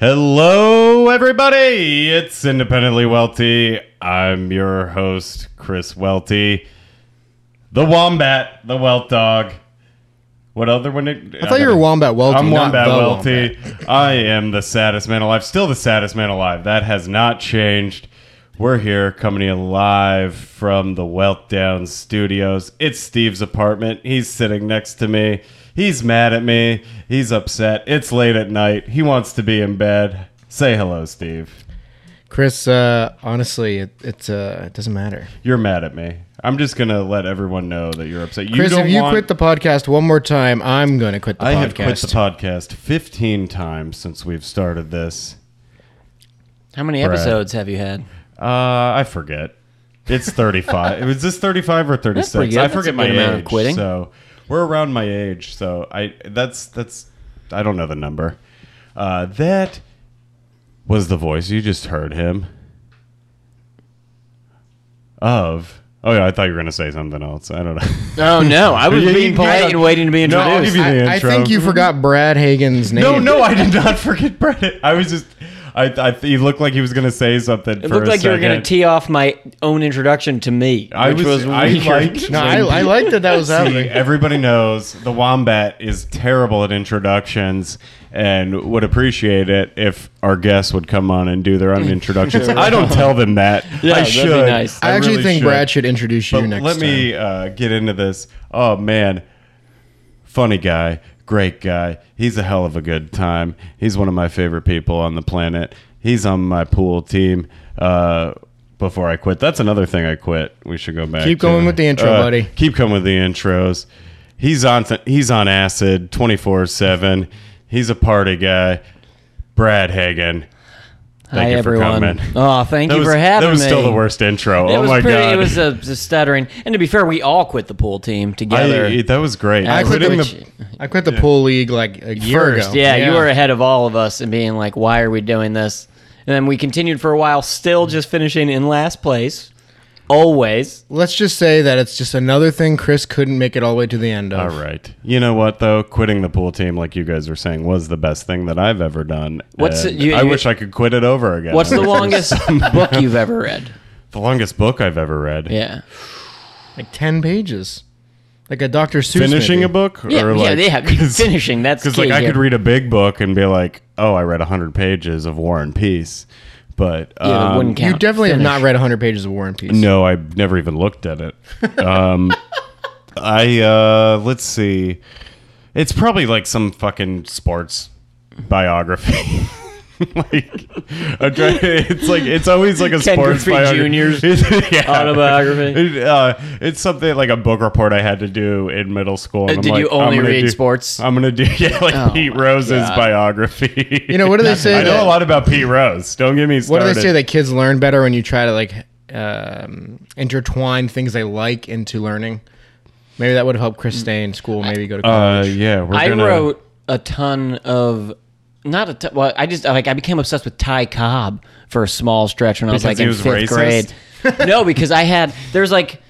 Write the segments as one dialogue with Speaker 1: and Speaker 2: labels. Speaker 1: Hello, everybody. It's Independently Welty. I'm your host, Chris Welty. The Wombat, the Welt Dog. What other one?
Speaker 2: I thought you were Wombat Welty.
Speaker 1: I'm
Speaker 2: not
Speaker 1: Wombat
Speaker 2: the
Speaker 1: Welty. I am the saddest man alive. Still the saddest man alive. That has not changed. We're here coming to you live from the Weltdown Studios. It's Steve's apartment. He's sitting next to me. He's mad at me. He's upset. It's late at night. He wants to be in bed. Say hello, Steve.
Speaker 2: Chris, uh, honestly, it, it's, uh, it doesn't matter.
Speaker 1: You're mad at me. I'm just gonna let everyone know that you're upset. You
Speaker 2: Chris,
Speaker 1: don't
Speaker 2: if you
Speaker 1: want-
Speaker 2: quit the podcast one more time, I'm going to quit the
Speaker 1: I
Speaker 2: podcast.
Speaker 1: have quit the podcast 15 times since we've started this.
Speaker 3: How many
Speaker 1: Brad.
Speaker 3: episodes have you had?
Speaker 1: Uh, I forget. It's 35. Was this 35 or 36?
Speaker 3: pretty good.
Speaker 1: I
Speaker 3: That's a
Speaker 1: forget
Speaker 3: good
Speaker 1: my
Speaker 3: amount of
Speaker 1: age.
Speaker 3: quitting.
Speaker 1: So we're around my age. So I that's that's I don't know the number. Uh, that was the voice you just heard him of. Oh yeah, I thought you were gonna say something else. I don't know.
Speaker 3: Oh no, I was
Speaker 1: Yeah, you-
Speaker 3: being
Speaker 1: you
Speaker 3: polite
Speaker 1: gotta-
Speaker 3: and waiting to be
Speaker 1: No, I'll
Speaker 3: introduced.
Speaker 1: give you the
Speaker 2: I, I
Speaker 1: intro.
Speaker 2: think you forgot Brad Hagen's name.
Speaker 1: No, no, I did not forget Brett. I was just. I, I he looked like he was gonna say something.
Speaker 3: it looked like you were going to tee off my own introduction to me,
Speaker 1: I
Speaker 3: which
Speaker 1: was-
Speaker 3: was,
Speaker 1: I
Speaker 3: weird.
Speaker 1: liked-
Speaker 2: No, I, I like that that was
Speaker 1: See,
Speaker 2: happening.
Speaker 1: everybody knows the wombat is terrible at introductions and would appreciate it if our guests would come on and do their own introductions. I don't tell them that. I
Speaker 3: that'd be
Speaker 1: should.
Speaker 3: nice.
Speaker 2: I, actually
Speaker 1: really
Speaker 2: think
Speaker 1: should.
Speaker 2: Brad should introduce you
Speaker 1: But
Speaker 2: next
Speaker 1: let me uh, get into this. Oh man, funny guy, great guy. He's a hell of a good time. He's one of my favorite people on the planet. He's on my pool team. Uh, before I quit, that's another thing I quit. We should go back.
Speaker 2: Keep
Speaker 1: to.
Speaker 2: going with the intro,
Speaker 1: Uh,
Speaker 2: buddy.
Speaker 1: Keep coming with the intros. He's on. he's on acid twenty four seven. He's a party guy. Brad Hagen. Thank
Speaker 3: Hi
Speaker 1: you
Speaker 3: everyone.
Speaker 1: for coming.
Speaker 3: Oh, thank
Speaker 1: That
Speaker 3: you
Speaker 1: was,
Speaker 3: for having
Speaker 1: That was
Speaker 3: me.
Speaker 1: still the worst intro.
Speaker 3: It
Speaker 1: oh
Speaker 3: was
Speaker 1: my
Speaker 3: pretty,
Speaker 1: god!
Speaker 3: It was a, a stuttering. And to be fair, we all quit the pool team together.
Speaker 1: I, that was great.
Speaker 3: I
Speaker 2: time. I quit,
Speaker 1: Quitting
Speaker 2: the, I quit the pool league like a year
Speaker 3: first.
Speaker 2: ago.
Speaker 3: Yeah, you were ahead of all of us and being like, "Why are we doing this?" And then we continued for a while, still just finishing in last place, always.
Speaker 2: Let's just say that it's just another thing Chris couldn't make it all the way to the end
Speaker 1: all
Speaker 2: of.
Speaker 1: right. You know what though? Quitting the pool team, like you guys were saying, was the best thing that I've ever done.
Speaker 3: What's
Speaker 1: and
Speaker 3: it- you-
Speaker 1: I
Speaker 3: you-
Speaker 1: wish I could quit it over again.
Speaker 3: What's the
Speaker 1: It was
Speaker 3: longest book you've ever read?
Speaker 1: The longest book I've ever read.
Speaker 3: Yeah.
Speaker 2: Like 10 pages. Like a Dr. Seuss
Speaker 1: Finishing a
Speaker 2: maybe.
Speaker 1: book,
Speaker 3: Yeah,
Speaker 1: or
Speaker 3: yeah,
Speaker 1: like,
Speaker 3: they have- finishing, that's
Speaker 1: because
Speaker 3: key
Speaker 1: like I
Speaker 3: here.
Speaker 1: could read a big book and be like, oh, I read hundred pages of War and Peace, but um,
Speaker 3: Yeah, that wouldn't count.
Speaker 2: You definitely
Speaker 3: Finish.
Speaker 2: have not read 100 pages of War and Peace.
Speaker 1: No, I never even looked at it. Um, I uh, let's see. It's probably like some fucking sports biography. like I'm trying- it's like it's always like a
Speaker 3: Ken
Speaker 1: sports
Speaker 3: Griffey
Speaker 1: biography. yeah.
Speaker 3: autobiography.
Speaker 1: It, uh, it's something like a book report I had to do in middle school. And
Speaker 3: Uh,
Speaker 1: I'm
Speaker 3: did
Speaker 1: like,
Speaker 3: you
Speaker 1: I'm
Speaker 3: only
Speaker 1: gonna
Speaker 3: read
Speaker 1: do-
Speaker 3: sports?
Speaker 1: I'm gonna do yeah, like
Speaker 3: Oh
Speaker 1: Pete
Speaker 3: my
Speaker 1: Rose's
Speaker 3: God.
Speaker 1: biography.
Speaker 2: You know, what do they say?
Speaker 1: I know
Speaker 2: that-
Speaker 1: a lot about Pete Rose. Don't get me
Speaker 2: What
Speaker 1: started.
Speaker 2: do they say that kids learn better when you try to like um, intertwine things they like into learning? Maybe that would have helped
Speaker 3: Mm.
Speaker 2: Chris stay in school. Maybe go to
Speaker 1: Uh,
Speaker 2: college.
Speaker 1: yeah, we're
Speaker 3: I
Speaker 1: gonna,
Speaker 3: wrote a ton of not a ton, well. I just like I became obsessed with Ty Cobb for a small stretch when I was
Speaker 1: Because
Speaker 3: like
Speaker 1: he
Speaker 3: in
Speaker 1: was
Speaker 3: fifth
Speaker 1: racist?
Speaker 3: grade. no, because I had there's like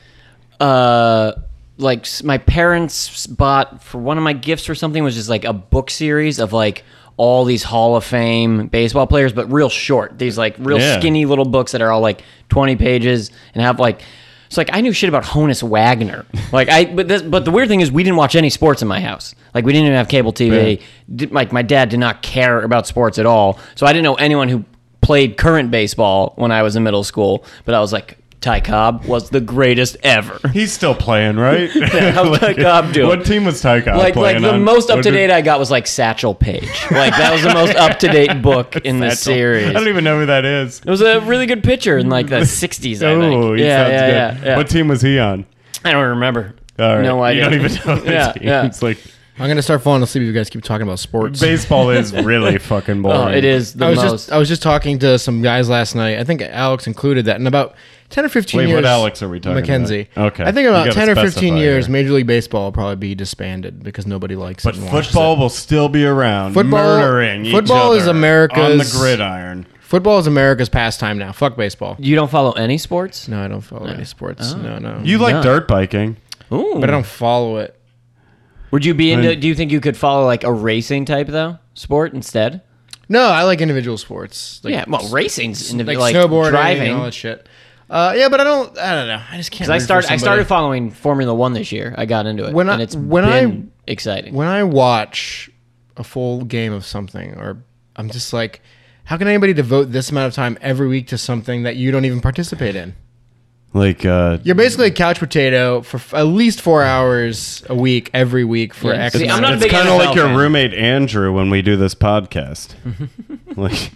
Speaker 3: uh like s- my parents bought for one of my gifts or something was just like a book series of like all these Hall of Fame baseball players, but real short. These like real
Speaker 1: Yeah.
Speaker 3: skinny little books that are all like 20 pages and have like. So like I knew shit about Honus Wagner. Like I, but this, but the weird thing is we didn't watch any sports in my house. Like we didn't even have cable TV. Did, like my dad did not care about sports at all. So I didn't know anyone who played current baseball when I was in middle school. But I was like, Ty Cobb was the greatest ever.
Speaker 1: He's still playing, right?
Speaker 3: how's Ty Cobb doing?
Speaker 1: What team was Ty Cobb
Speaker 3: like
Speaker 1: playing
Speaker 3: like the
Speaker 1: on?
Speaker 3: most up to date
Speaker 1: What
Speaker 3: I got was like Satchel Paige. Like that was the most up to date book in
Speaker 1: did-
Speaker 3: the series.
Speaker 1: I don't even know who that is.
Speaker 3: It was a really good pitcher in like the '60s. I think.
Speaker 1: Oh, he
Speaker 3: yeah,
Speaker 1: sounds
Speaker 3: yeah,
Speaker 1: good.
Speaker 3: yeah, yeah.
Speaker 1: What team was he on?
Speaker 3: I don't remember.
Speaker 1: All right.
Speaker 3: No idea.
Speaker 1: You don't even know. the
Speaker 3: Yeah,
Speaker 1: team.
Speaker 3: yeah.
Speaker 1: It's like
Speaker 2: I'm gonna start falling asleep if you guys keep talking about sports.
Speaker 1: baseball is really fucking boring.
Speaker 3: Oh, it is the
Speaker 2: I was
Speaker 3: most.
Speaker 2: just I was just talking to some guys last night. I think Alex included that in about ten or fifteen
Speaker 1: Wait,
Speaker 2: years.
Speaker 1: what Alex are we talking about?
Speaker 2: McKenzie.
Speaker 1: Okay.
Speaker 2: I think
Speaker 1: You
Speaker 2: about
Speaker 1: gotta
Speaker 2: ten or
Speaker 1: specify
Speaker 2: fifteen years,
Speaker 1: here.
Speaker 2: Major League Baseball will probably be disbanded because nobody likes
Speaker 1: But
Speaker 2: it. and watches
Speaker 1: football will still be around.
Speaker 2: Football-
Speaker 1: murdering each
Speaker 2: football is
Speaker 1: other on the
Speaker 2: America's-
Speaker 1: gridiron.
Speaker 2: it. Football is America's pastime now. Fuck baseball.
Speaker 3: you don't follow any sports?
Speaker 2: No, I don't follow any sports.
Speaker 3: Oh.
Speaker 2: No, no.
Speaker 1: You like
Speaker 3: Yeah.
Speaker 1: dirt biking?
Speaker 3: Ooh.
Speaker 2: but I don't follow it.
Speaker 3: Would you be into?
Speaker 1: mean-
Speaker 3: do you think you could follow like a racing type though sport instead?
Speaker 2: No, I like individual sports. Like,
Speaker 3: yeah, well, racing's in the,
Speaker 2: like,
Speaker 3: like,
Speaker 2: snowboarding,
Speaker 3: driving.
Speaker 2: and all that shit. Uh, yeah, but I don't. I don't know. I just can't.
Speaker 3: I
Speaker 2: root for
Speaker 3: started. I started
Speaker 2: somebody.
Speaker 3: following Formula One this year. I got into it
Speaker 2: When I-
Speaker 3: and it's
Speaker 2: when
Speaker 3: been exciting.
Speaker 2: when I watch a full game of something, or I'm just like, how can anybody devote this amount of time every week to something that you don't even participate in?
Speaker 1: Like, uh,
Speaker 2: You're basically a
Speaker 3: Mm.
Speaker 2: couch potato for f- at least four hours a week, every week for
Speaker 3: Yeah.
Speaker 2: X.
Speaker 3: See, I'm
Speaker 2: amount
Speaker 3: not a
Speaker 2: of-
Speaker 1: it's
Speaker 3: big
Speaker 1: kind of
Speaker 3: NFL
Speaker 1: like your
Speaker 3: fan.
Speaker 1: roommate Andrew when we do this podcast. like,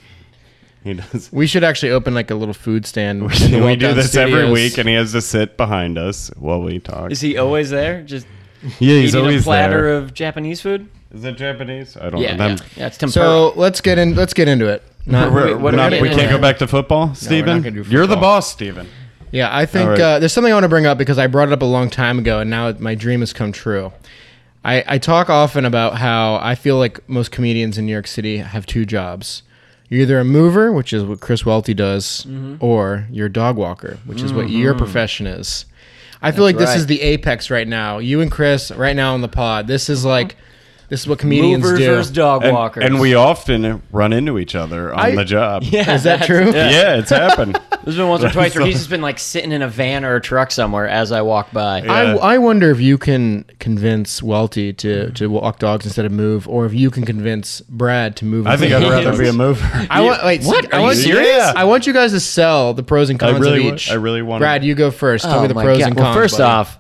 Speaker 1: he does.
Speaker 2: we should actually open like a little food stand. in the
Speaker 1: We do
Speaker 2: Meltdown
Speaker 1: this every
Speaker 2: Studios.
Speaker 1: week, and he has to sit behind us while we talk.
Speaker 3: Is he always there? Just
Speaker 1: yeah, he's
Speaker 3: eating
Speaker 1: always
Speaker 3: a platter
Speaker 1: there.
Speaker 3: of Japanese food?
Speaker 1: Is it Japanese? I don't
Speaker 3: Yeah,
Speaker 1: know.
Speaker 3: yeah.
Speaker 1: Them-
Speaker 3: yeah. It's Tim
Speaker 2: So let's get in. Let's get into it. Not-
Speaker 1: We're-
Speaker 3: Wait, what
Speaker 1: we're
Speaker 3: are
Speaker 1: not-
Speaker 3: we
Speaker 1: we
Speaker 3: doing?
Speaker 1: can't go back to football, Stephen.
Speaker 2: gonna do
Speaker 1: You're the
Speaker 2: football.
Speaker 1: boss, Stephen.
Speaker 2: Yeah, I think
Speaker 1: All right.
Speaker 2: uh, there's something I want to bring up because I brought it up a long time ago, and now my dream has come true. I, I talk often about how I feel like most comedians in New York City have two jobs. You're either a mover, which is what Chris Welty does,
Speaker 3: Mm-hmm.
Speaker 2: or you're a dog walker, which is what your profession is. I feel like this
Speaker 3: right.
Speaker 2: is the apex right now. You and Chris, right now on the pod, this is like, this is what comedians
Speaker 3: Movers
Speaker 2: do.
Speaker 3: versus dog
Speaker 1: And,
Speaker 3: walkers.
Speaker 1: and we often run into each other on
Speaker 2: I-
Speaker 1: the job.
Speaker 3: yeah,
Speaker 2: Is that
Speaker 3: that's-
Speaker 2: true?
Speaker 3: Yeah.
Speaker 1: yeah it's happened.
Speaker 3: There's been once or twice where he's just been like sitting in a van or a truck somewhere as I walk by.
Speaker 1: Yeah.
Speaker 2: I, I wonder if you can convince Welty to, to walk dogs instead of move, or if you can convince Brad to move.
Speaker 1: I think I'd
Speaker 2: instead
Speaker 1: rather
Speaker 2: of dogs.
Speaker 1: be a mover.
Speaker 2: I want wait.
Speaker 3: What?
Speaker 2: I
Speaker 3: Are
Speaker 2: want,
Speaker 3: you
Speaker 1: serious? Yeah.
Speaker 2: I want you guys to sell the pros and
Speaker 1: I
Speaker 2: cons
Speaker 1: really
Speaker 2: of
Speaker 1: wa-
Speaker 2: each.
Speaker 1: I really wanna-
Speaker 2: Brad, you go first. Tell me the pros and cons.
Speaker 3: Oh Well, first
Speaker 2: buddy.
Speaker 3: off,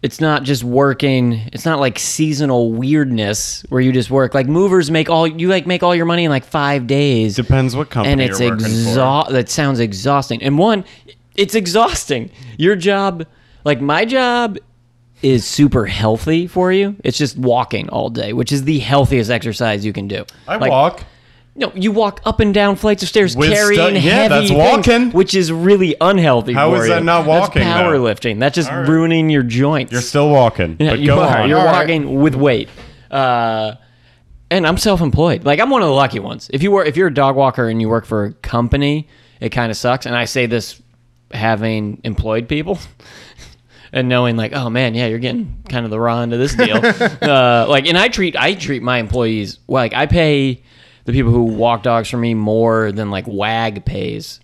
Speaker 3: it's not just working. It's not like seasonal weirdness where you just work. Like movers make all you like make all your money in like five days.
Speaker 1: Depends what company
Speaker 3: and it's
Speaker 1: you're working for.
Speaker 3: exhaust. That sounds exhausting. And one, it's exhausting. Your job, like my job, is super healthy for you. It's just walking all day, which is the healthiest exercise you can do.
Speaker 1: I
Speaker 3: Like,
Speaker 1: walk.
Speaker 3: No, you walk up and down flights of stairs
Speaker 1: With
Speaker 3: carrying
Speaker 1: stu- yeah,
Speaker 3: heavy
Speaker 1: that's
Speaker 3: things,
Speaker 1: walking.
Speaker 3: which is really unhealthy.
Speaker 1: How
Speaker 3: for
Speaker 1: is
Speaker 3: you.
Speaker 1: that not walking, though?
Speaker 3: That's powerlifting. That's just
Speaker 1: right.
Speaker 3: ruining your joints.
Speaker 1: You're still walking.
Speaker 3: Yeah,
Speaker 1: but
Speaker 3: you
Speaker 1: go
Speaker 3: are.
Speaker 1: on.
Speaker 3: You're
Speaker 2: All right.
Speaker 3: walking with weight. Uh, and I'm self-employed. Like I'm one of the lucky ones. If you were, if you're a dog walker and you work for a company, it kind of sucks. And I say this having employed people. And knowing like, oh man, yeah, you're getting kind of the raw end of this deal. uh, like, and I treat I treat my employees well, like I pay the people who walk dogs for me more than like Wag pays.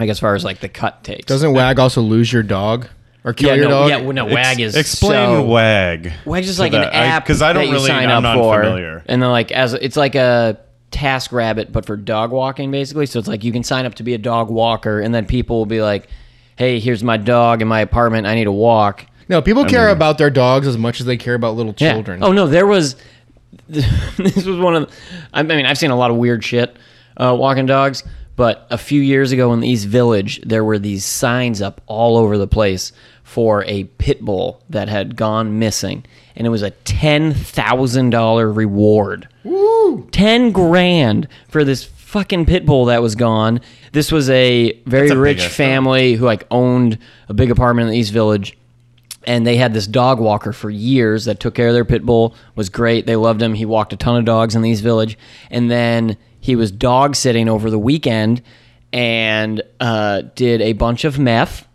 Speaker 3: Like as far as like the cut takes.
Speaker 2: doesn't Wag also lose your dog or kill
Speaker 3: uh, yeah,
Speaker 2: your
Speaker 3: no,
Speaker 2: dog?
Speaker 3: yeah, well, no,
Speaker 1: Ex-
Speaker 3: Wag is
Speaker 1: explain
Speaker 3: so-
Speaker 1: WAG.
Speaker 3: Wedge is
Speaker 1: to
Speaker 3: like an
Speaker 1: that. I-
Speaker 3: app
Speaker 1: 'cause I don't
Speaker 3: that you
Speaker 1: really-
Speaker 3: sign
Speaker 1: I'm not
Speaker 3: up for,
Speaker 1: familiar.
Speaker 3: and then like as it's like a task rabbit, but for dog walking basically. So it's like you can sign up to be a dog walker, and then people will be like, "Hey, here's my dog in my apartment. I need a walk."
Speaker 2: No, people care
Speaker 1: mean-
Speaker 2: about their dogs as much as they care about little
Speaker 3: Yeah.
Speaker 2: children.
Speaker 3: Oh no, there was. This was one of. The, I mean, I've seen a lot of weird shit uh, walking dogs, but a few years ago in the East Village, there were these signs up all over the place for a pit bull that had gone missing, and it was a ten thousand dollar reward. Woo! Ten grand for this fucking pit bull that was gone. This was a very
Speaker 1: a big
Speaker 3: rich
Speaker 1: ass dog.
Speaker 3: family who like owned a big apartment in the East Village and they had this dog walker for years that took care of their pit bull was great they loved him he walked a ton of dogs in the east village and then he was dog sitting over the weekend and uh, did a bunch of meth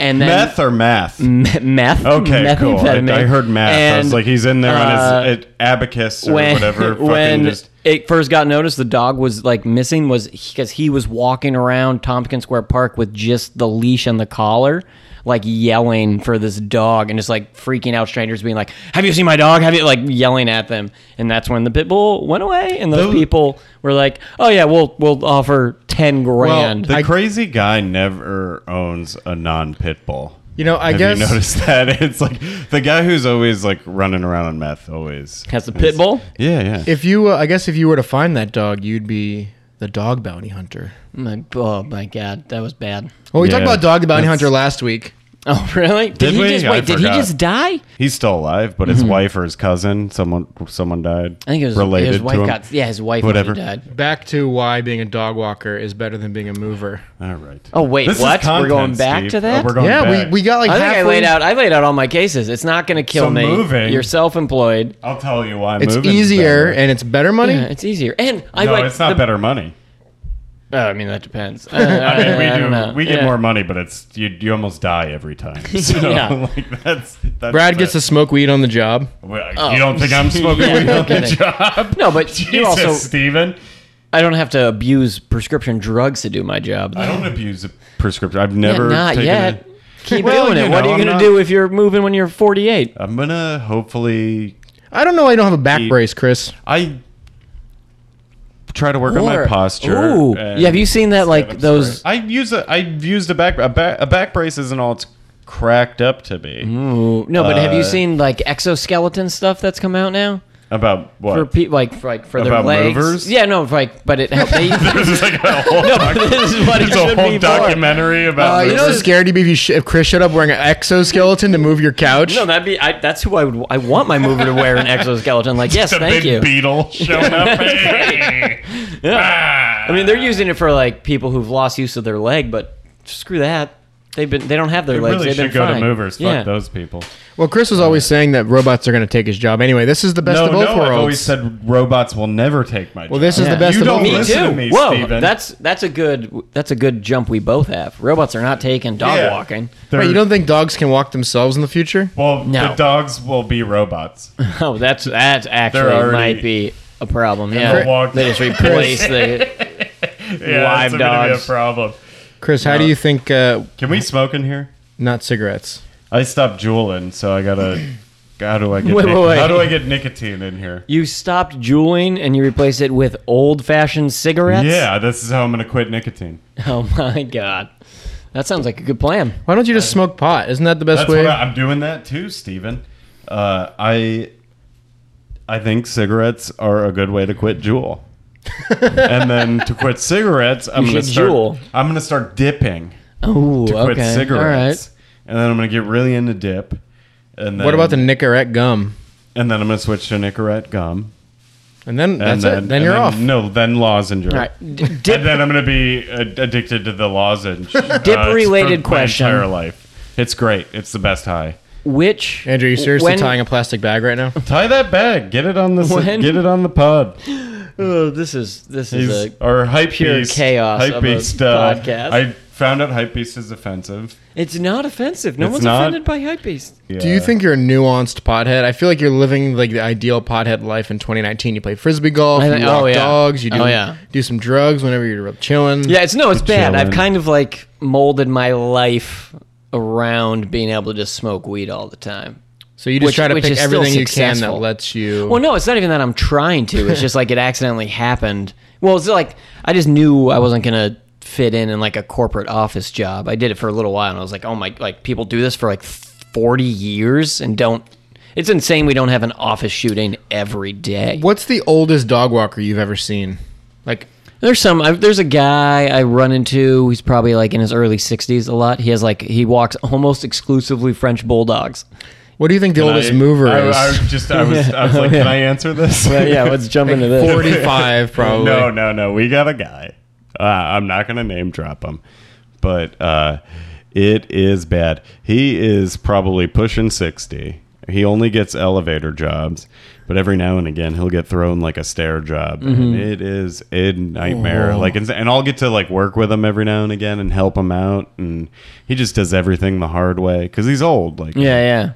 Speaker 3: and then
Speaker 1: Meth or math?
Speaker 3: Mm, meth
Speaker 1: Okay, cool. I,
Speaker 3: methamphetamine.
Speaker 1: I heard math. I was
Speaker 3: And,
Speaker 1: like, he's in there
Speaker 3: uh,
Speaker 1: on his it, abacus or whatever. Fucking
Speaker 3: when
Speaker 1: just,
Speaker 3: it first got noticed, the dog was like missing was because he was walking around Tompkins Square Park with just the leash and the collar, like yelling for this dog and just like freaking out strangers, being like, "Have you seen my dog? Have you?" Like yelling at them, and that's when the pit bull went away, and those
Speaker 1: Those-
Speaker 3: people were like, "Oh yeah, we'll we'll offer ten grand."
Speaker 1: the
Speaker 2: I-
Speaker 1: crazy guy never owns a non pit bull.
Speaker 2: You know, I
Speaker 1: Have
Speaker 2: guess-
Speaker 1: you noticed that it's like the guy who's always like running around on meth always
Speaker 3: Has the pit bull?
Speaker 1: Yeah, yeah.
Speaker 2: If you, uh, I guess, if you were to find that dog, you'd be the dog bounty hunter.
Speaker 3: I'm like, oh my god, that was bad.
Speaker 2: Well, we talked
Speaker 1: Yeah,
Speaker 2: about dog bounty
Speaker 1: that's-
Speaker 2: hunter last week.
Speaker 3: Oh really? Did,
Speaker 1: Did
Speaker 3: he
Speaker 1: we?
Speaker 3: just
Speaker 1: I
Speaker 3: wait? Did he
Speaker 1: forgot.
Speaker 3: just die?
Speaker 1: He's still alive, but his wife or his cousin, someone, someone died.
Speaker 3: Mm-hmm. I think it was
Speaker 1: related
Speaker 3: his wife
Speaker 1: to him.
Speaker 3: got yeah, his wife
Speaker 1: Whatever.
Speaker 3: whatever died.
Speaker 2: Back to why being a dog walker is better than being a mover.
Speaker 1: All right.
Speaker 3: Oh, wait,
Speaker 1: This is
Speaker 3: what? We're going back to
Speaker 1: Oh,
Speaker 3: that?
Speaker 1: we're going
Speaker 2: yeah,
Speaker 1: back.
Speaker 2: we, we got like
Speaker 3: I think I
Speaker 2: halfway-
Speaker 3: laid out I laid out all my cases. It's not going to kill
Speaker 1: So
Speaker 3: me.
Speaker 1: moving-
Speaker 3: You're self-employed.
Speaker 1: I'll tell you why.
Speaker 2: It's
Speaker 1: moving's
Speaker 2: easier
Speaker 1: better.
Speaker 2: and it's better money.
Speaker 3: Yeah, it's easier. And I
Speaker 1: no,
Speaker 3: like
Speaker 1: it's not
Speaker 3: the-
Speaker 1: better money.
Speaker 3: Oh, I mean, that depends.
Speaker 1: I mean, we do.
Speaker 3: know.
Speaker 1: we get
Speaker 3: Yeah.
Speaker 1: more money, but it's you. You almost die every time. So,
Speaker 3: Yeah.
Speaker 1: like that's, that's
Speaker 2: Brad gets to
Speaker 1: it.
Speaker 2: smoke weed on the job.
Speaker 1: Well, You don't think I'm smoking
Speaker 3: Oh. Yeah,
Speaker 1: weed
Speaker 3: no
Speaker 1: on the
Speaker 3: kidding.
Speaker 1: job?
Speaker 3: No, but you
Speaker 1: Jesus,
Speaker 3: also-
Speaker 1: Steven.
Speaker 3: I don't have to abuse prescription drugs to do my job.
Speaker 1: I don't abuse a prescription. I've
Speaker 3: Yeah,
Speaker 1: never
Speaker 3: not
Speaker 1: taken
Speaker 3: yet.
Speaker 1: A,
Speaker 3: Keep
Speaker 1: Well,
Speaker 3: doing
Speaker 1: you
Speaker 3: it.
Speaker 1: know,
Speaker 3: what are you
Speaker 1: I'm
Speaker 3: going
Speaker 1: not-
Speaker 3: to do if you're moving when you're 48?
Speaker 1: I'm gonna hopefully.
Speaker 2: I don't know. why I don't have a back
Speaker 1: Eat.
Speaker 2: brace, Chris.
Speaker 1: I try to work on my
Speaker 3: Or-
Speaker 1: posture.
Speaker 3: Ooh.
Speaker 1: and
Speaker 3: Yeah, have you seen that, like,
Speaker 1: sit-ups
Speaker 3: those-
Speaker 1: for it. I've used a. I've used a back. A back, a back brace isn't all it's cracked up to be.
Speaker 3: Ooh, no, but have you
Speaker 1: Uh,
Speaker 3: seen like exoskeleton stuff that's come out now
Speaker 1: About what?
Speaker 3: for pe- like for, like for their
Speaker 1: About
Speaker 3: legs?
Speaker 1: movers?
Speaker 3: Yeah, no, like but it helped. They,
Speaker 1: this is like a whole,
Speaker 3: this is what it
Speaker 1: it's a
Speaker 3: should
Speaker 1: whole
Speaker 3: be
Speaker 1: documentary about.
Speaker 3: Uh, you
Speaker 2: You
Speaker 1: movers.
Speaker 2: know how scared you'd be if, you sh- if Chris showed up wearing an exoskeleton to move your couch?
Speaker 3: for. No, that'd be I, that's who I would. I want my mover to wear an exoskeleton. Like yes,
Speaker 1: It's a big
Speaker 3: thank you.
Speaker 1: beetle showing up. Hey. Ah.
Speaker 3: I mean, they're using it for like people who've lost use of their leg, but screw that. They've been they don't have their
Speaker 1: They
Speaker 3: legs.
Speaker 1: really
Speaker 3: They've
Speaker 1: should
Speaker 3: been
Speaker 1: go
Speaker 3: fine.
Speaker 1: to movers. Fuck
Speaker 3: Yeah.
Speaker 1: those people.
Speaker 2: Well, Chris was always saying that robots are going to take his job anyway. This is the best of
Speaker 1: no,
Speaker 2: both
Speaker 1: no,
Speaker 2: worlds.
Speaker 1: I've always said robots will never take my
Speaker 2: Well, this is
Speaker 3: Yeah.
Speaker 2: the best
Speaker 1: You
Speaker 2: of
Speaker 1: don't Well,
Speaker 2: both
Speaker 3: Me
Speaker 2: worlds.
Speaker 1: listen
Speaker 3: too.
Speaker 1: to me,
Speaker 3: Whoa,
Speaker 1: Steven.
Speaker 3: that's that's a good that's a good jump we both have. Robots are not taking dog
Speaker 1: Yeah.
Speaker 3: walking.
Speaker 1: They're-
Speaker 2: Wait, you don't think dogs can walk themselves in the future?
Speaker 1: Well,
Speaker 3: No.
Speaker 1: the dogs will be robots.
Speaker 3: Oh, that's that actually
Speaker 1: already-
Speaker 3: might be a problem. Yeah,
Speaker 1: they'll walk-
Speaker 3: they just replace the.
Speaker 1: Yeah,
Speaker 3: Live
Speaker 1: it's gonna be a
Speaker 3: dogs.
Speaker 1: problem.
Speaker 2: Chris, how do you think? Uh,
Speaker 1: Can we smoke in here?
Speaker 2: not cigarettes.
Speaker 1: I stopped juuling, so I gotta. How do I get?
Speaker 3: Wait,
Speaker 1: nic-
Speaker 3: wait, wait.
Speaker 1: How do I get nicotine in here?
Speaker 3: You stopped juuling and you replace it with old-fashioned cigarettes.
Speaker 1: Yeah, this is how I'm gonna quit nicotine.
Speaker 3: Oh my god, that sounds like a good plan.
Speaker 2: Why don't you just smoke pot? Isn't that the
Speaker 1: Uh,
Speaker 2: best
Speaker 1: That's
Speaker 2: way?
Speaker 1: what I, I'm doing that too, Steven. Uh, I I think cigarettes are a good way to quit Juul. and then to quit cigarettes, I'm
Speaker 3: You
Speaker 1: gonna
Speaker 3: should
Speaker 1: start.
Speaker 3: Juul.
Speaker 1: I'm gonna start dipping.
Speaker 3: Oh,
Speaker 1: To quit
Speaker 3: okay,
Speaker 1: cigarettes, and then I'm gonna get really into dip. And then
Speaker 2: what about the Nicorette gum?
Speaker 1: And then I'm gonna switch to Nicorette gum.
Speaker 2: And then
Speaker 1: And
Speaker 2: that's
Speaker 1: then,
Speaker 2: it. Then
Speaker 1: and
Speaker 2: you're off.
Speaker 1: No, then lozenges.
Speaker 3: All right, all right. D- dip
Speaker 1: And then I'm gonna be uh, addicted to the lozenge. Uh,
Speaker 3: Dip-related question.
Speaker 1: My entire life. It's great. It's the best high.
Speaker 3: which
Speaker 2: Andrew, you seriously
Speaker 3: when-
Speaker 2: tying a plastic bag right now?
Speaker 1: Tie that bag. Get it on the
Speaker 3: When?
Speaker 1: get it on the pod.
Speaker 3: Oh, this is this is
Speaker 1: He's-
Speaker 3: a
Speaker 1: Or hype
Speaker 3: pure
Speaker 1: beast.
Speaker 3: chaos
Speaker 1: Hype
Speaker 3: of a
Speaker 1: beast, uh,
Speaker 3: podcast.
Speaker 1: I found out hype beast is offensive.
Speaker 3: It's not offensive. No
Speaker 1: It's
Speaker 3: one's
Speaker 1: not-
Speaker 3: offended by hypebeast.
Speaker 2: Do you
Speaker 1: Yeah.
Speaker 2: think you're a nuanced pothead? I feel like you're living like the ideal pothead life in 2019. You play frisbee golf,
Speaker 3: I
Speaker 2: you
Speaker 3: think-
Speaker 2: walk
Speaker 3: oh, yeah.
Speaker 2: dogs, you do
Speaker 3: Oh, yeah.
Speaker 2: do some drugs whenever you're real chilling.
Speaker 3: Yeah, it's no, it's bad. I've
Speaker 1: chillin'.
Speaker 3: kind of like molded my life around being able to just smoke weed all the time.
Speaker 2: So you just
Speaker 3: Which-
Speaker 2: try to
Speaker 3: which
Speaker 2: pick
Speaker 3: is still
Speaker 2: everything you can
Speaker 3: successful.
Speaker 2: that lets you.
Speaker 3: Well, no, it's not even that I'm trying to. It's just like it accidentally happened. Well, it's like I just knew I wasn't gonna fit in in like a corporate office job. I did it for a little while, and I was like, oh my, like people do this for like 40 years and don't. It's insane. We don't have an office shooting every day.
Speaker 2: What's the oldest dog walker you've ever seen? Like,
Speaker 3: There's some. I, there's a guy I run into. He's probably like in his early 60s a lot. He has like he walks almost exclusively French bulldogs.
Speaker 2: what do you think the oldest mover
Speaker 1: I,
Speaker 2: is?
Speaker 1: I, was just I was I was like, can I answer this?
Speaker 3: jump into this.
Speaker 2: 45, probably.
Speaker 1: No, no, no. We got a guy. Uh, I'm not going to name drop him, but uh, it is bad. He is probably pushing 60. He only gets elevator jobs, but every now and again he'll get thrown like a stair job,
Speaker 3: Mm-hmm.
Speaker 1: and it is a nightmare. Like, and, and I'll get to like work with him every now and again and help him out, and he just does everything the hard way because he's old. Like,
Speaker 3: Yeah, yeah.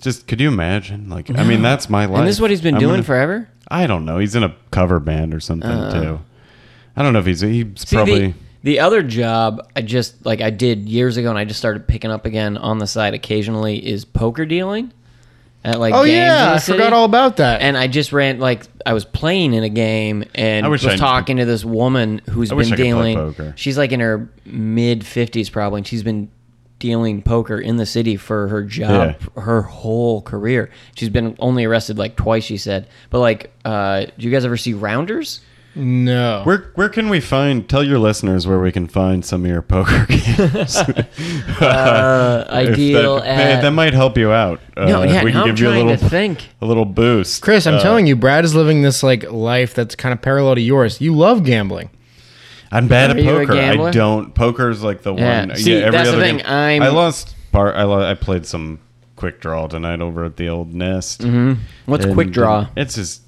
Speaker 1: just could you imagine? Like, I mean, that's my life.
Speaker 3: And this is what he's been
Speaker 1: I'm
Speaker 3: doing
Speaker 1: gonna-
Speaker 3: forever.
Speaker 1: I don't know. He's in a cover band or something too. I don't know if he's he's
Speaker 3: Uh. See,
Speaker 1: probably
Speaker 3: the, the other job I just like I did years ago, and I just started picking up again on the side occasionally is poker dealing. At like
Speaker 2: Oh
Speaker 3: games in
Speaker 2: yeah,
Speaker 3: the
Speaker 2: I
Speaker 3: city.
Speaker 2: forgot all about that.
Speaker 3: And I just ran like I was playing in a game and
Speaker 1: I wish
Speaker 3: was
Speaker 1: I-
Speaker 3: talking to this woman who's
Speaker 1: I wish
Speaker 3: been
Speaker 1: I could play
Speaker 3: dealing.
Speaker 1: poker.
Speaker 3: She's like in her mid fifties probably, and she's been dealing poker in the city for her job her whole career. She's been only arrested like twice, she said. But like, uh, do you guys ever see Rounders?
Speaker 2: no,
Speaker 1: where where can we find? Tell your listeners where we can find some of your poker games.
Speaker 3: Uh,
Speaker 1: If
Speaker 3: ideal
Speaker 1: that,
Speaker 3: at
Speaker 1: that might help you out. Uh,
Speaker 3: no, yeah,
Speaker 1: we can
Speaker 3: now I'm
Speaker 1: give you a
Speaker 3: trying
Speaker 1: little
Speaker 3: to think.
Speaker 1: a little boost.
Speaker 2: Chris, I'm
Speaker 1: Uh,
Speaker 2: telling you, Brad is living this like life that's kind of parallel to yours. You love gambling.
Speaker 1: I'm bad
Speaker 3: Are
Speaker 1: at
Speaker 3: you a
Speaker 1: poker. I
Speaker 3: gambler?
Speaker 1: don't. Poker's like the
Speaker 3: Yeah.
Speaker 1: one.
Speaker 3: See, that's the thing. I'm-
Speaker 1: I lost part. I, lo- I played some quick draw tonight over at the old nest.
Speaker 3: What's
Speaker 1: And
Speaker 3: Mm-hmm. quick draw?
Speaker 1: It's just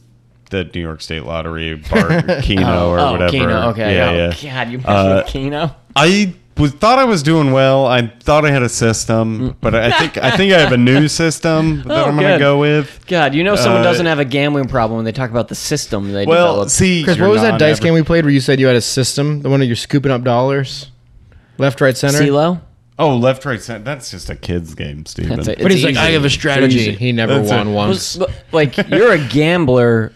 Speaker 1: the New York State Lottery, Bart Keno or
Speaker 3: oh,
Speaker 1: whatever.
Speaker 3: Keno. Okay.
Speaker 1: Yeah,
Speaker 3: oh,
Speaker 1: yeah.
Speaker 3: God, you messed
Speaker 1: Uh,
Speaker 3: with Keno.
Speaker 1: I was thought I was doing well. I thought I had a system, but I think I think I have a new system that
Speaker 3: Oh,
Speaker 1: I'm going
Speaker 3: good.
Speaker 1: to go with.
Speaker 3: God, you know someone
Speaker 1: uh,
Speaker 3: doesn't have a gambling problem when they talk about the system they
Speaker 1: Well,
Speaker 3: developed.
Speaker 1: see,
Speaker 2: Chris,
Speaker 1: you're
Speaker 2: what was that
Speaker 1: not
Speaker 2: dice
Speaker 1: ever-
Speaker 2: game we played where you said you had a system? The one where you're scooping up dollars, left, right, center.
Speaker 3: CeeLo?
Speaker 1: Oh, left, right, center. That's just a kids game, Steven.
Speaker 3: That's it.
Speaker 2: But
Speaker 3: It's
Speaker 2: he's like,
Speaker 3: easy.
Speaker 2: I have a
Speaker 3: It's
Speaker 2: strategy.
Speaker 3: easy.
Speaker 2: He never
Speaker 1: That's
Speaker 2: won
Speaker 1: it.
Speaker 3: Well,
Speaker 2: once.
Speaker 3: s- but, like you're a gambler,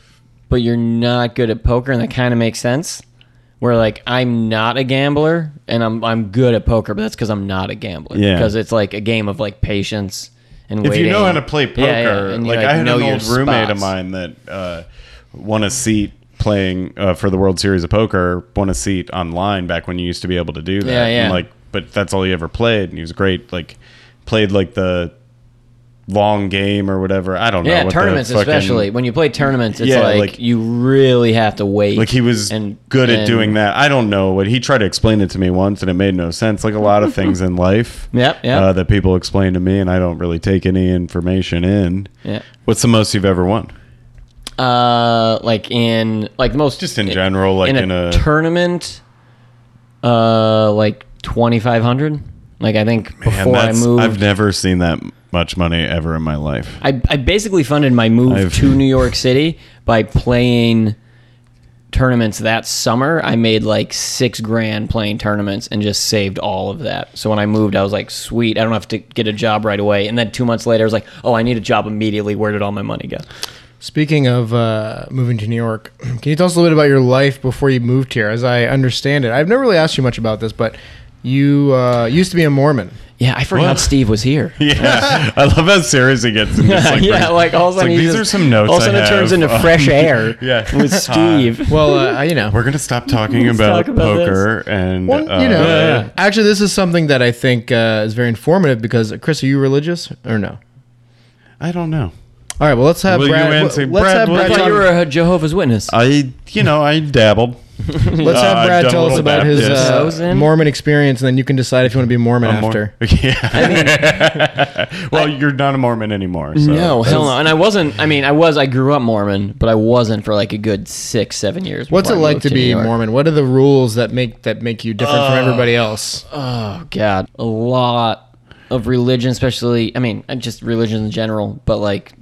Speaker 3: but you're not good at poker, and that kind of makes sense. Where like I'm not a gambler, and I'm I'm good at poker, but that's because I'm not a gambler.
Speaker 1: Yeah.
Speaker 3: because it's like a game of like patience and
Speaker 1: if
Speaker 3: waiting.
Speaker 1: you know how to play poker,
Speaker 3: Yeah, yeah, and you,
Speaker 1: like, I had an
Speaker 3: know
Speaker 1: old
Speaker 3: your
Speaker 1: roommate of
Speaker 3: spots.
Speaker 1: mine that uh, won a seat playing uh, for the World Series of Poker, won a seat online back when you used to be able to do that.
Speaker 3: Yeah, yeah.
Speaker 1: And, like, but that's all he ever played, and he was great. Like, played like the long game or whatever. I don't know.
Speaker 3: Yeah,
Speaker 1: what the
Speaker 3: tournaments
Speaker 1: fucking-
Speaker 3: especially when you play tournaments, it's
Speaker 1: Yeah,
Speaker 3: like,
Speaker 1: like-
Speaker 3: you really have to wait.
Speaker 1: Like he was good at doing that. I don't know what he tried to explain it to me once, and it made no sense. Like a lot of things in life,
Speaker 3: Yep, yep.
Speaker 1: uh, that people explain to me, and I don't really take any information in.
Speaker 3: Yeah.
Speaker 1: What's the most you've ever won?
Speaker 3: Uh, like in like most
Speaker 1: Just in general, like in a-
Speaker 3: tournament. Uh, like twenty five hundred. Like I think before I
Speaker 1: that's-
Speaker 3: moved,
Speaker 1: I've never seen that much money ever in my life.
Speaker 3: I, I basically funded my move
Speaker 1: I've-
Speaker 3: to New York City by playing tournaments that summer. I made like six grand playing tournaments and just saved all of that. So when I moved, I was like, sweet, I don't have to get a job right away. And then two months later, I was like, oh, I need a job immediately. Where did all my money go?
Speaker 2: Speaking of uh, moving to New York, can you tell us a little bit about your life before you moved here? As I understand it, I've never really asked you much about this, but you uh, used to be a Mormon.
Speaker 3: Yeah, I forgot
Speaker 1: What?
Speaker 3: Steve was here.
Speaker 1: Yeah, I love how serious it gets. and just,
Speaker 3: yeah,
Speaker 1: bring-
Speaker 3: like all
Speaker 1: It's
Speaker 3: of a
Speaker 1: like,
Speaker 3: sudden, he
Speaker 1: these
Speaker 3: just-
Speaker 1: are some notes.
Speaker 3: All of a sudden,
Speaker 1: I
Speaker 3: it turns
Speaker 1: have.
Speaker 3: into fresh air.
Speaker 1: Yeah.
Speaker 3: with Steve.
Speaker 2: Well, uh, you know,
Speaker 1: We're gonna stop talking about,
Speaker 3: talk about
Speaker 1: poker and
Speaker 2: Well,
Speaker 1: uh,
Speaker 2: you know, actually, this is something that I think uh, is very informative because Chris, are you religious or no?
Speaker 1: I don't know.
Speaker 2: All right, well, let's have
Speaker 1: Will you
Speaker 2: Brad.
Speaker 1: answer-
Speaker 2: let's
Speaker 1: Brad,
Speaker 2: have
Speaker 1: will
Speaker 3: I
Speaker 2: Brad.
Speaker 1: you-
Speaker 3: thought
Speaker 2: Talk,
Speaker 3: you were a Jehovah's Witness.
Speaker 1: I you know I dabbled.
Speaker 2: let's
Speaker 1: Uh,
Speaker 2: have
Speaker 1: I've
Speaker 2: Brad
Speaker 1: done
Speaker 2: tell us
Speaker 1: little
Speaker 2: about his
Speaker 1: Baptist.
Speaker 2: uh,
Speaker 3: Chosen?
Speaker 2: Mormon experience, and then you can decide if you want to be a Mormon
Speaker 1: Mor-
Speaker 2: after.
Speaker 1: yeah. well, you're not a Mormon anymore. So
Speaker 3: No, hell no. And I wasn't. I mean, I was. I grew up Mormon, but I wasn't for like a good six, seven years.
Speaker 2: What's it
Speaker 3: before I
Speaker 2: like
Speaker 3: moved
Speaker 2: to
Speaker 3: New
Speaker 2: be
Speaker 3: York.
Speaker 2: Mormon? What are the rules that make that make you different
Speaker 1: Uh,
Speaker 2: from everybody else?
Speaker 3: Oh God, a lot of religion, especially. I mean, uh, just religion in general, but like.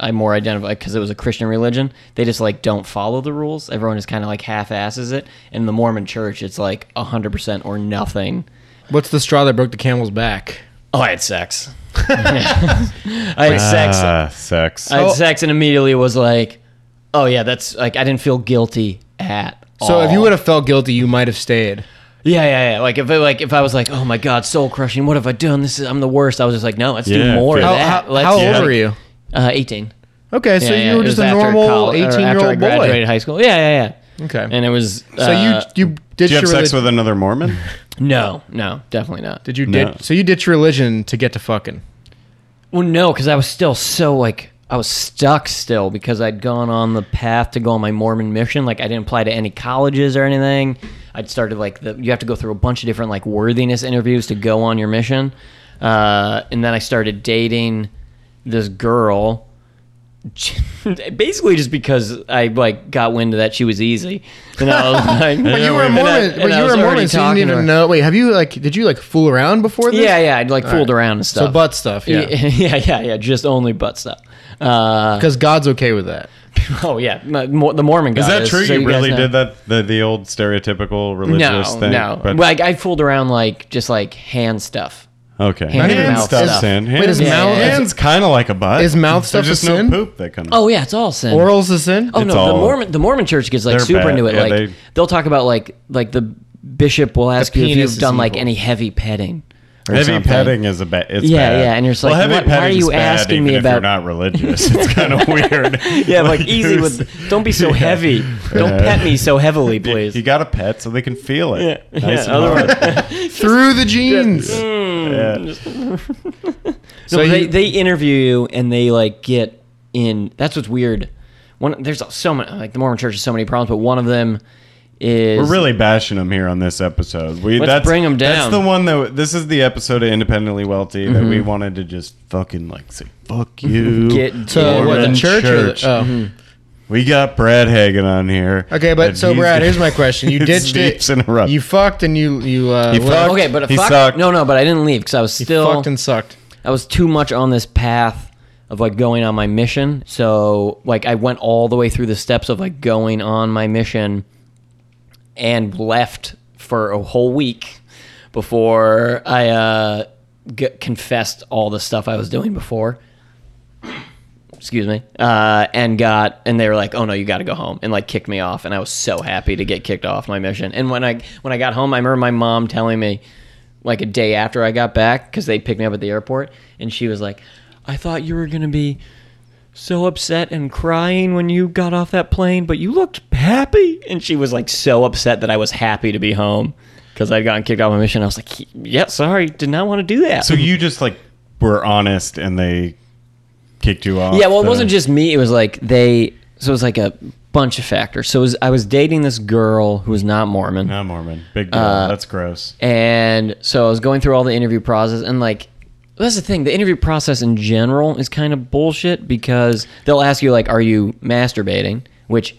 Speaker 3: I more identify because it was a Christian religion. They just like don't follow the rules. Everyone just kind of like half asses it. And the Mormon church, it's like 100% or nothing.
Speaker 2: What's the straw that broke the camel's back?
Speaker 3: Oh, I had sex. I had sex.
Speaker 1: Ah, sex.
Speaker 3: I had
Speaker 2: So-
Speaker 3: sex and immediately was like, oh yeah, that's like I didn't feel guilty at all.
Speaker 2: So if you would have felt guilty, you might have stayed.
Speaker 3: yeah, yeah, yeah. Like if I, like if I was like, oh my god, soul crushing. What have I done? This is I'm the worst. I was just like, no, let's
Speaker 1: Yeah,
Speaker 3: do more of
Speaker 1: feel-
Speaker 2: How,
Speaker 3: that.
Speaker 2: how,
Speaker 3: let's,
Speaker 2: how
Speaker 1: yeah.
Speaker 2: old were you?
Speaker 3: Uh, 18.
Speaker 2: Okay, so
Speaker 3: Yeah, yeah,
Speaker 2: you
Speaker 3: it
Speaker 2: were just
Speaker 3: was
Speaker 2: a
Speaker 3: after
Speaker 2: normal
Speaker 3: col- or after I
Speaker 2: eighteen-year-old
Speaker 3: graduated
Speaker 2: boy.
Speaker 3: high school. Yeah, yeah, yeah.
Speaker 2: Okay,
Speaker 3: And it was
Speaker 2: so
Speaker 3: uh,
Speaker 2: you you ditched
Speaker 1: Did you have
Speaker 2: your
Speaker 1: sex
Speaker 2: relig-
Speaker 1: with another Mormon?
Speaker 3: no, no, definitely not.
Speaker 2: Did you
Speaker 1: No.
Speaker 2: ditch? So you ditched your religion to get to fucking.
Speaker 3: Well, no, because I was still so like I was stuck still because I'd gone on the path to go on my Mormon mission. Like I didn't apply to any colleges or anything. I'd started like the you have to go through a bunch of different like worthiness interviews to go on your mission, uh, and then I started dating this girl. Basically, just because I like got wind that she was easy, and I was like,
Speaker 2: But you were a
Speaker 3: and I-
Speaker 2: Mormon.
Speaker 3: and
Speaker 2: But
Speaker 3: I
Speaker 2: you
Speaker 3: was
Speaker 2: were a
Speaker 3: already
Speaker 2: Mormon, so you
Speaker 3: talking
Speaker 2: didn't
Speaker 3: to her.
Speaker 2: even know. Wait, have you like? Did you like fool around before this?
Speaker 3: Yeah, yeah, I'd like fooled around and
Speaker 2: So
Speaker 3: stuff.
Speaker 2: butt stuff. Yeah.
Speaker 3: yeah, yeah, yeah, just only butt stuff. Uh,
Speaker 2: Because God's okay with that.
Speaker 3: Oh yeah, Mo- Mo- the Mormon guy.
Speaker 1: Is that true? you really did that? The, the old stereotypical
Speaker 3: No,
Speaker 1: religious thing?
Speaker 3: no.
Speaker 1: But,
Speaker 3: like I fooled around, like just like hand stuff.
Speaker 1: okay.
Speaker 3: Hand
Speaker 1: Hand
Speaker 3: mouth
Speaker 1: stuff.
Speaker 3: stuff.
Speaker 1: Hand.
Speaker 2: Wait, is
Speaker 1: Hand-
Speaker 3: mouth-
Speaker 1: Hand's kind of like a butt.
Speaker 2: Is mouth stuff
Speaker 1: There's just no
Speaker 2: a sin?
Speaker 1: poop that comes.
Speaker 3: Oh yeah, it's all sin.
Speaker 2: Oral's a sin.
Speaker 3: oh
Speaker 1: it's
Speaker 3: no, the
Speaker 1: all-
Speaker 3: Mormon the Mormon church gets like
Speaker 1: They're
Speaker 3: super
Speaker 1: bad.
Speaker 3: into it.
Speaker 1: Yeah,
Speaker 3: like
Speaker 1: they-
Speaker 3: they, will talk about like like the bishop will ask you if
Speaker 2: penis
Speaker 3: you've
Speaker 2: is
Speaker 3: done like
Speaker 2: evil.
Speaker 3: any heavy petting. Or
Speaker 1: Heavy
Speaker 3: something.
Speaker 1: petting is a bad. It's
Speaker 3: Yeah,
Speaker 1: bad.
Speaker 3: yeah, and you're just like, what- why are
Speaker 1: petting's
Speaker 3: you
Speaker 1: bad
Speaker 3: asking me
Speaker 1: even If
Speaker 3: about-
Speaker 1: you're not religious. It's kind of weird.
Speaker 3: Yeah, like easy
Speaker 1: who's-
Speaker 3: with. Don't be so
Speaker 1: Yeah.
Speaker 3: heavy. Don't
Speaker 1: Yeah.
Speaker 3: pet me so heavily,
Speaker 1: You-
Speaker 3: please.
Speaker 1: You got a pet so they can feel it.
Speaker 3: Yeah.
Speaker 1: Nice and
Speaker 3: Yeah, otherwise-
Speaker 1: hard.
Speaker 2: Through the jeans.
Speaker 1: Yeah.
Speaker 2: So
Speaker 3: No, they,
Speaker 2: you-
Speaker 3: they interview you and they like get in. That's what's weird. One there's so many like the Mormon Church has so many problems, but one of them is
Speaker 1: We're really bashing them here on this episode. We
Speaker 3: Let's
Speaker 1: that's,
Speaker 3: bring 'em
Speaker 1: That's
Speaker 3: down. Mm-hmm.
Speaker 1: the one that this is the episode of Independently Wealthy that we wanted to just fucking like say fuck you.
Speaker 3: Get
Speaker 2: So what?
Speaker 1: Mormon
Speaker 2: The church? Or the,
Speaker 1: church.
Speaker 2: oh.
Speaker 1: We got Brad Hagen on here.
Speaker 2: Okay, but
Speaker 1: and
Speaker 2: so
Speaker 1: he's
Speaker 2: Brad,
Speaker 1: got-
Speaker 2: here's my question. You
Speaker 1: It's
Speaker 2: ditched
Speaker 1: leaps
Speaker 2: it.
Speaker 1: in a row.
Speaker 2: You fucked and you you uh
Speaker 1: He
Speaker 2: left.
Speaker 1: fucked.
Speaker 3: Okay, but a
Speaker 1: He
Speaker 3: fuck.
Speaker 1: sucked.
Speaker 3: No, no, but I didn't leave because I was
Speaker 2: You
Speaker 3: still.
Speaker 2: fucked and sucked.
Speaker 3: I was too much on this path of like going on my mission. So like I went all the way through the steps of like going on my mission and left for a whole week before I uh, g- confessed all the stuff I was doing before. Excuse me. Uh, and got and they were like, "Oh no, you got to go home," and like kicked me off. And I was so happy to get kicked off my mission. And when I when I got home, I remember my mom telling me, like a day after I got back, because they picked me up at the airport, and she was like, "I thought you were gonna be." so upset and crying when you got off that plane, but you looked happy. And she was like so upset that I was happy to be home because I'd gotten kicked off my mission. I was like, yeah, sorry, did not want to do that.
Speaker 1: So you just like were honest and they kicked you off.
Speaker 3: yeah, well, it
Speaker 1: the-
Speaker 3: wasn't just me. It was like they, so it was like a bunch of factors. So it was, I was dating this girl who was not Mormon.
Speaker 1: Not Ah, Mormon. Big deal.
Speaker 3: Uh,
Speaker 1: That's gross.
Speaker 3: And so I was going through all the interview process and like that's the thing, the interview process in general is kind of bullshit because they'll ask you like are you masturbating, which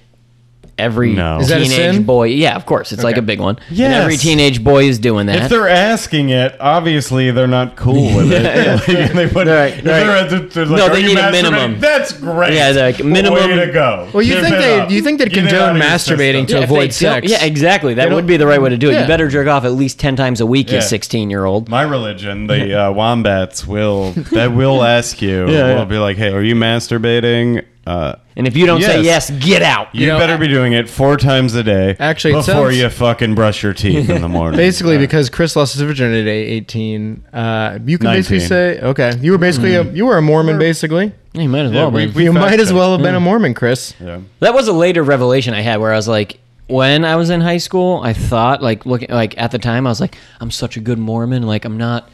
Speaker 3: every
Speaker 1: No. Is
Speaker 2: that a sin?
Speaker 3: teenage boy, yeah, of course, it's like
Speaker 2: Okay.
Speaker 3: a big one. Yeah,
Speaker 1: Yes.
Speaker 3: every teenage boy is doing that.
Speaker 1: If they're asking it, obviously they're not cool with it. Like, they put,
Speaker 3: Right,
Speaker 1: if
Speaker 3: right.
Speaker 1: they're at the- they're like,
Speaker 3: No,
Speaker 1: "Are
Speaker 3: they
Speaker 1: you
Speaker 3: need a
Speaker 1: masturbating?"
Speaker 3: minimum.
Speaker 1: That's great.
Speaker 3: Yeah, they're like, minimum-
Speaker 1: Way to go.
Speaker 2: Well, you
Speaker 1: Give
Speaker 2: think
Speaker 1: it
Speaker 2: they-
Speaker 1: up.
Speaker 2: you think they'd
Speaker 1: Get it
Speaker 2: condone
Speaker 1: out of your
Speaker 2: masturbating
Speaker 1: system.
Speaker 2: to-
Speaker 3: Yeah, if they
Speaker 2: avoid
Speaker 3: don't-
Speaker 2: sex.
Speaker 3: Yeah, exactly. That would be the right way to do it.
Speaker 2: Yeah.
Speaker 3: You better jerk off at least 10 times a week,
Speaker 1: Yeah.
Speaker 3: you 16-year-old.
Speaker 1: My religion, the uh, wombats will they will ask you.
Speaker 3: Yeah,
Speaker 1: will
Speaker 3: yeah.
Speaker 1: be like, "Hey, are you masturbating?" Uh,
Speaker 3: And if you don't say
Speaker 1: Yes.
Speaker 3: yes, get out.
Speaker 1: you
Speaker 2: know,
Speaker 1: better
Speaker 2: I-
Speaker 1: be doing it four times a day.
Speaker 2: Actually, it
Speaker 1: before
Speaker 2: sounds-
Speaker 1: you fucking brush your teeth in the morning.
Speaker 2: Basically, because Chris lost his virginity at 18, uh, you can
Speaker 1: 19.
Speaker 2: basically say, okay, you were basically a, you were a Mormon, basically.
Speaker 3: You might as
Speaker 1: Yeah,
Speaker 3: well.
Speaker 1: we-
Speaker 3: man.
Speaker 1: we
Speaker 2: You might
Speaker 1: fact
Speaker 2: as
Speaker 1: checked.
Speaker 2: well have been a Mormon, Chris.
Speaker 1: Yeah.
Speaker 3: That was a later revelation I had where I was like, when I was in high school, I thought like looking like at the time I was like, I'm such a good Mormon, like I'm not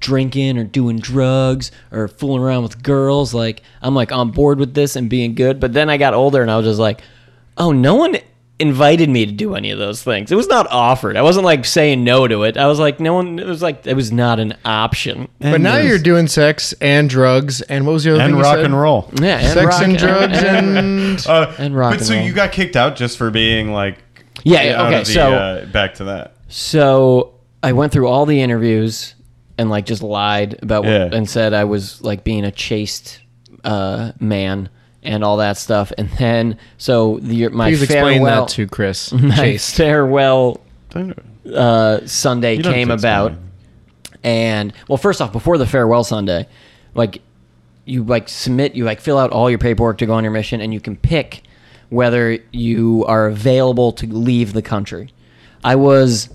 Speaker 3: drinking or doing drugs or fooling around with girls, like I'm like on board with this and being good. But then I got older and I was just like, oh, no one invited me to do any of those things. It was not offered. I wasn't like saying no to it. I was like, no one. It was like it was not an option.
Speaker 2: But now you're doing sex and drugs and what was the other thing
Speaker 1: and
Speaker 2: you
Speaker 1: rock
Speaker 2: said?
Speaker 1: and roll.
Speaker 3: Yeah, and
Speaker 2: Sex
Speaker 3: rock-
Speaker 2: and drugs and
Speaker 1: Uh,
Speaker 3: And rock
Speaker 1: But
Speaker 3: and
Speaker 1: so
Speaker 3: roll.
Speaker 1: you got kicked out just for being like.
Speaker 3: Yeah, yeah,
Speaker 1: out
Speaker 3: okay,
Speaker 1: of the,
Speaker 3: so-
Speaker 1: uh, back to that.
Speaker 3: So I went through all the interviews and like just lied about what,
Speaker 1: Yeah.
Speaker 3: and said I was like being a chaste uh, man and all that stuff. And then so the, my
Speaker 2: please explain
Speaker 3: farewell
Speaker 2: that to Chris.
Speaker 3: my
Speaker 2: Chase.
Speaker 3: farewell
Speaker 1: You
Speaker 3: uh, Sunday
Speaker 1: don't
Speaker 3: came
Speaker 1: have to
Speaker 3: about,
Speaker 1: explain.
Speaker 3: and well, first off, before the farewell Sunday, like you like submit, you like fill out all your paperwork to go on your mission, and you can pick whether you are available to leave the country. I was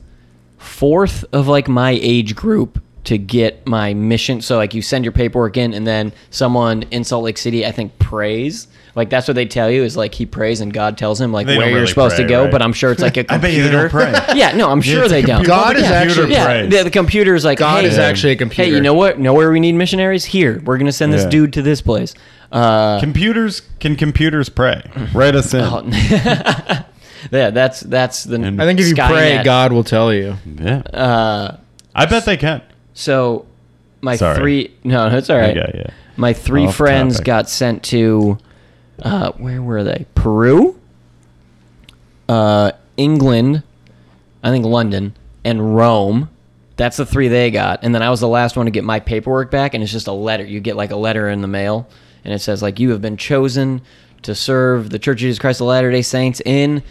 Speaker 3: fourth of like my age group to get my mission. So like you send your paperwork in, and then someone in Salt Lake City, I think, prays. Like that's what they tell you is like he prays and God tells him like
Speaker 1: They don't
Speaker 3: where you're
Speaker 1: really
Speaker 3: supposed
Speaker 1: pray,
Speaker 3: to go.
Speaker 1: right?
Speaker 3: But I'm sure it's like a
Speaker 1: I
Speaker 3: computer.
Speaker 1: bet you they don't pray.
Speaker 3: Yeah, no, I'm sure
Speaker 1: it's a
Speaker 3: they don't.
Speaker 1: computer-
Speaker 2: God is
Speaker 1: computer
Speaker 2: actually-
Speaker 3: Yeah,
Speaker 1: prays.
Speaker 3: the, the computer is like
Speaker 2: God
Speaker 3: hey,
Speaker 2: is actually a computer.
Speaker 3: Hey, you know what? Know where we need missionaries? Here, we're gonna send this
Speaker 1: Yeah.
Speaker 3: dude to this place. Uh,
Speaker 1: Computers can computers pray? Write us in.
Speaker 3: oh, yeah, that's that's the.
Speaker 1: And-
Speaker 2: I think if you pray,
Speaker 3: Skynet.
Speaker 2: God will tell you.
Speaker 1: yeah. Uh, I bet they can.
Speaker 3: So, my
Speaker 1: Sorry.
Speaker 3: three. No, that's all right.
Speaker 1: Yeah, yeah.
Speaker 3: My three
Speaker 1: Off
Speaker 3: friends
Speaker 1: topic.
Speaker 3: got sent to. Uh, where were they? Peru, uh, England, I think London, and Rome. That's the three they got. And then I was the last one to get my paperwork back, and it's just a letter. You get like a letter in the mail, and it says, like, you have been chosen to serve the Church of Jesus Christ of Latter day Saints in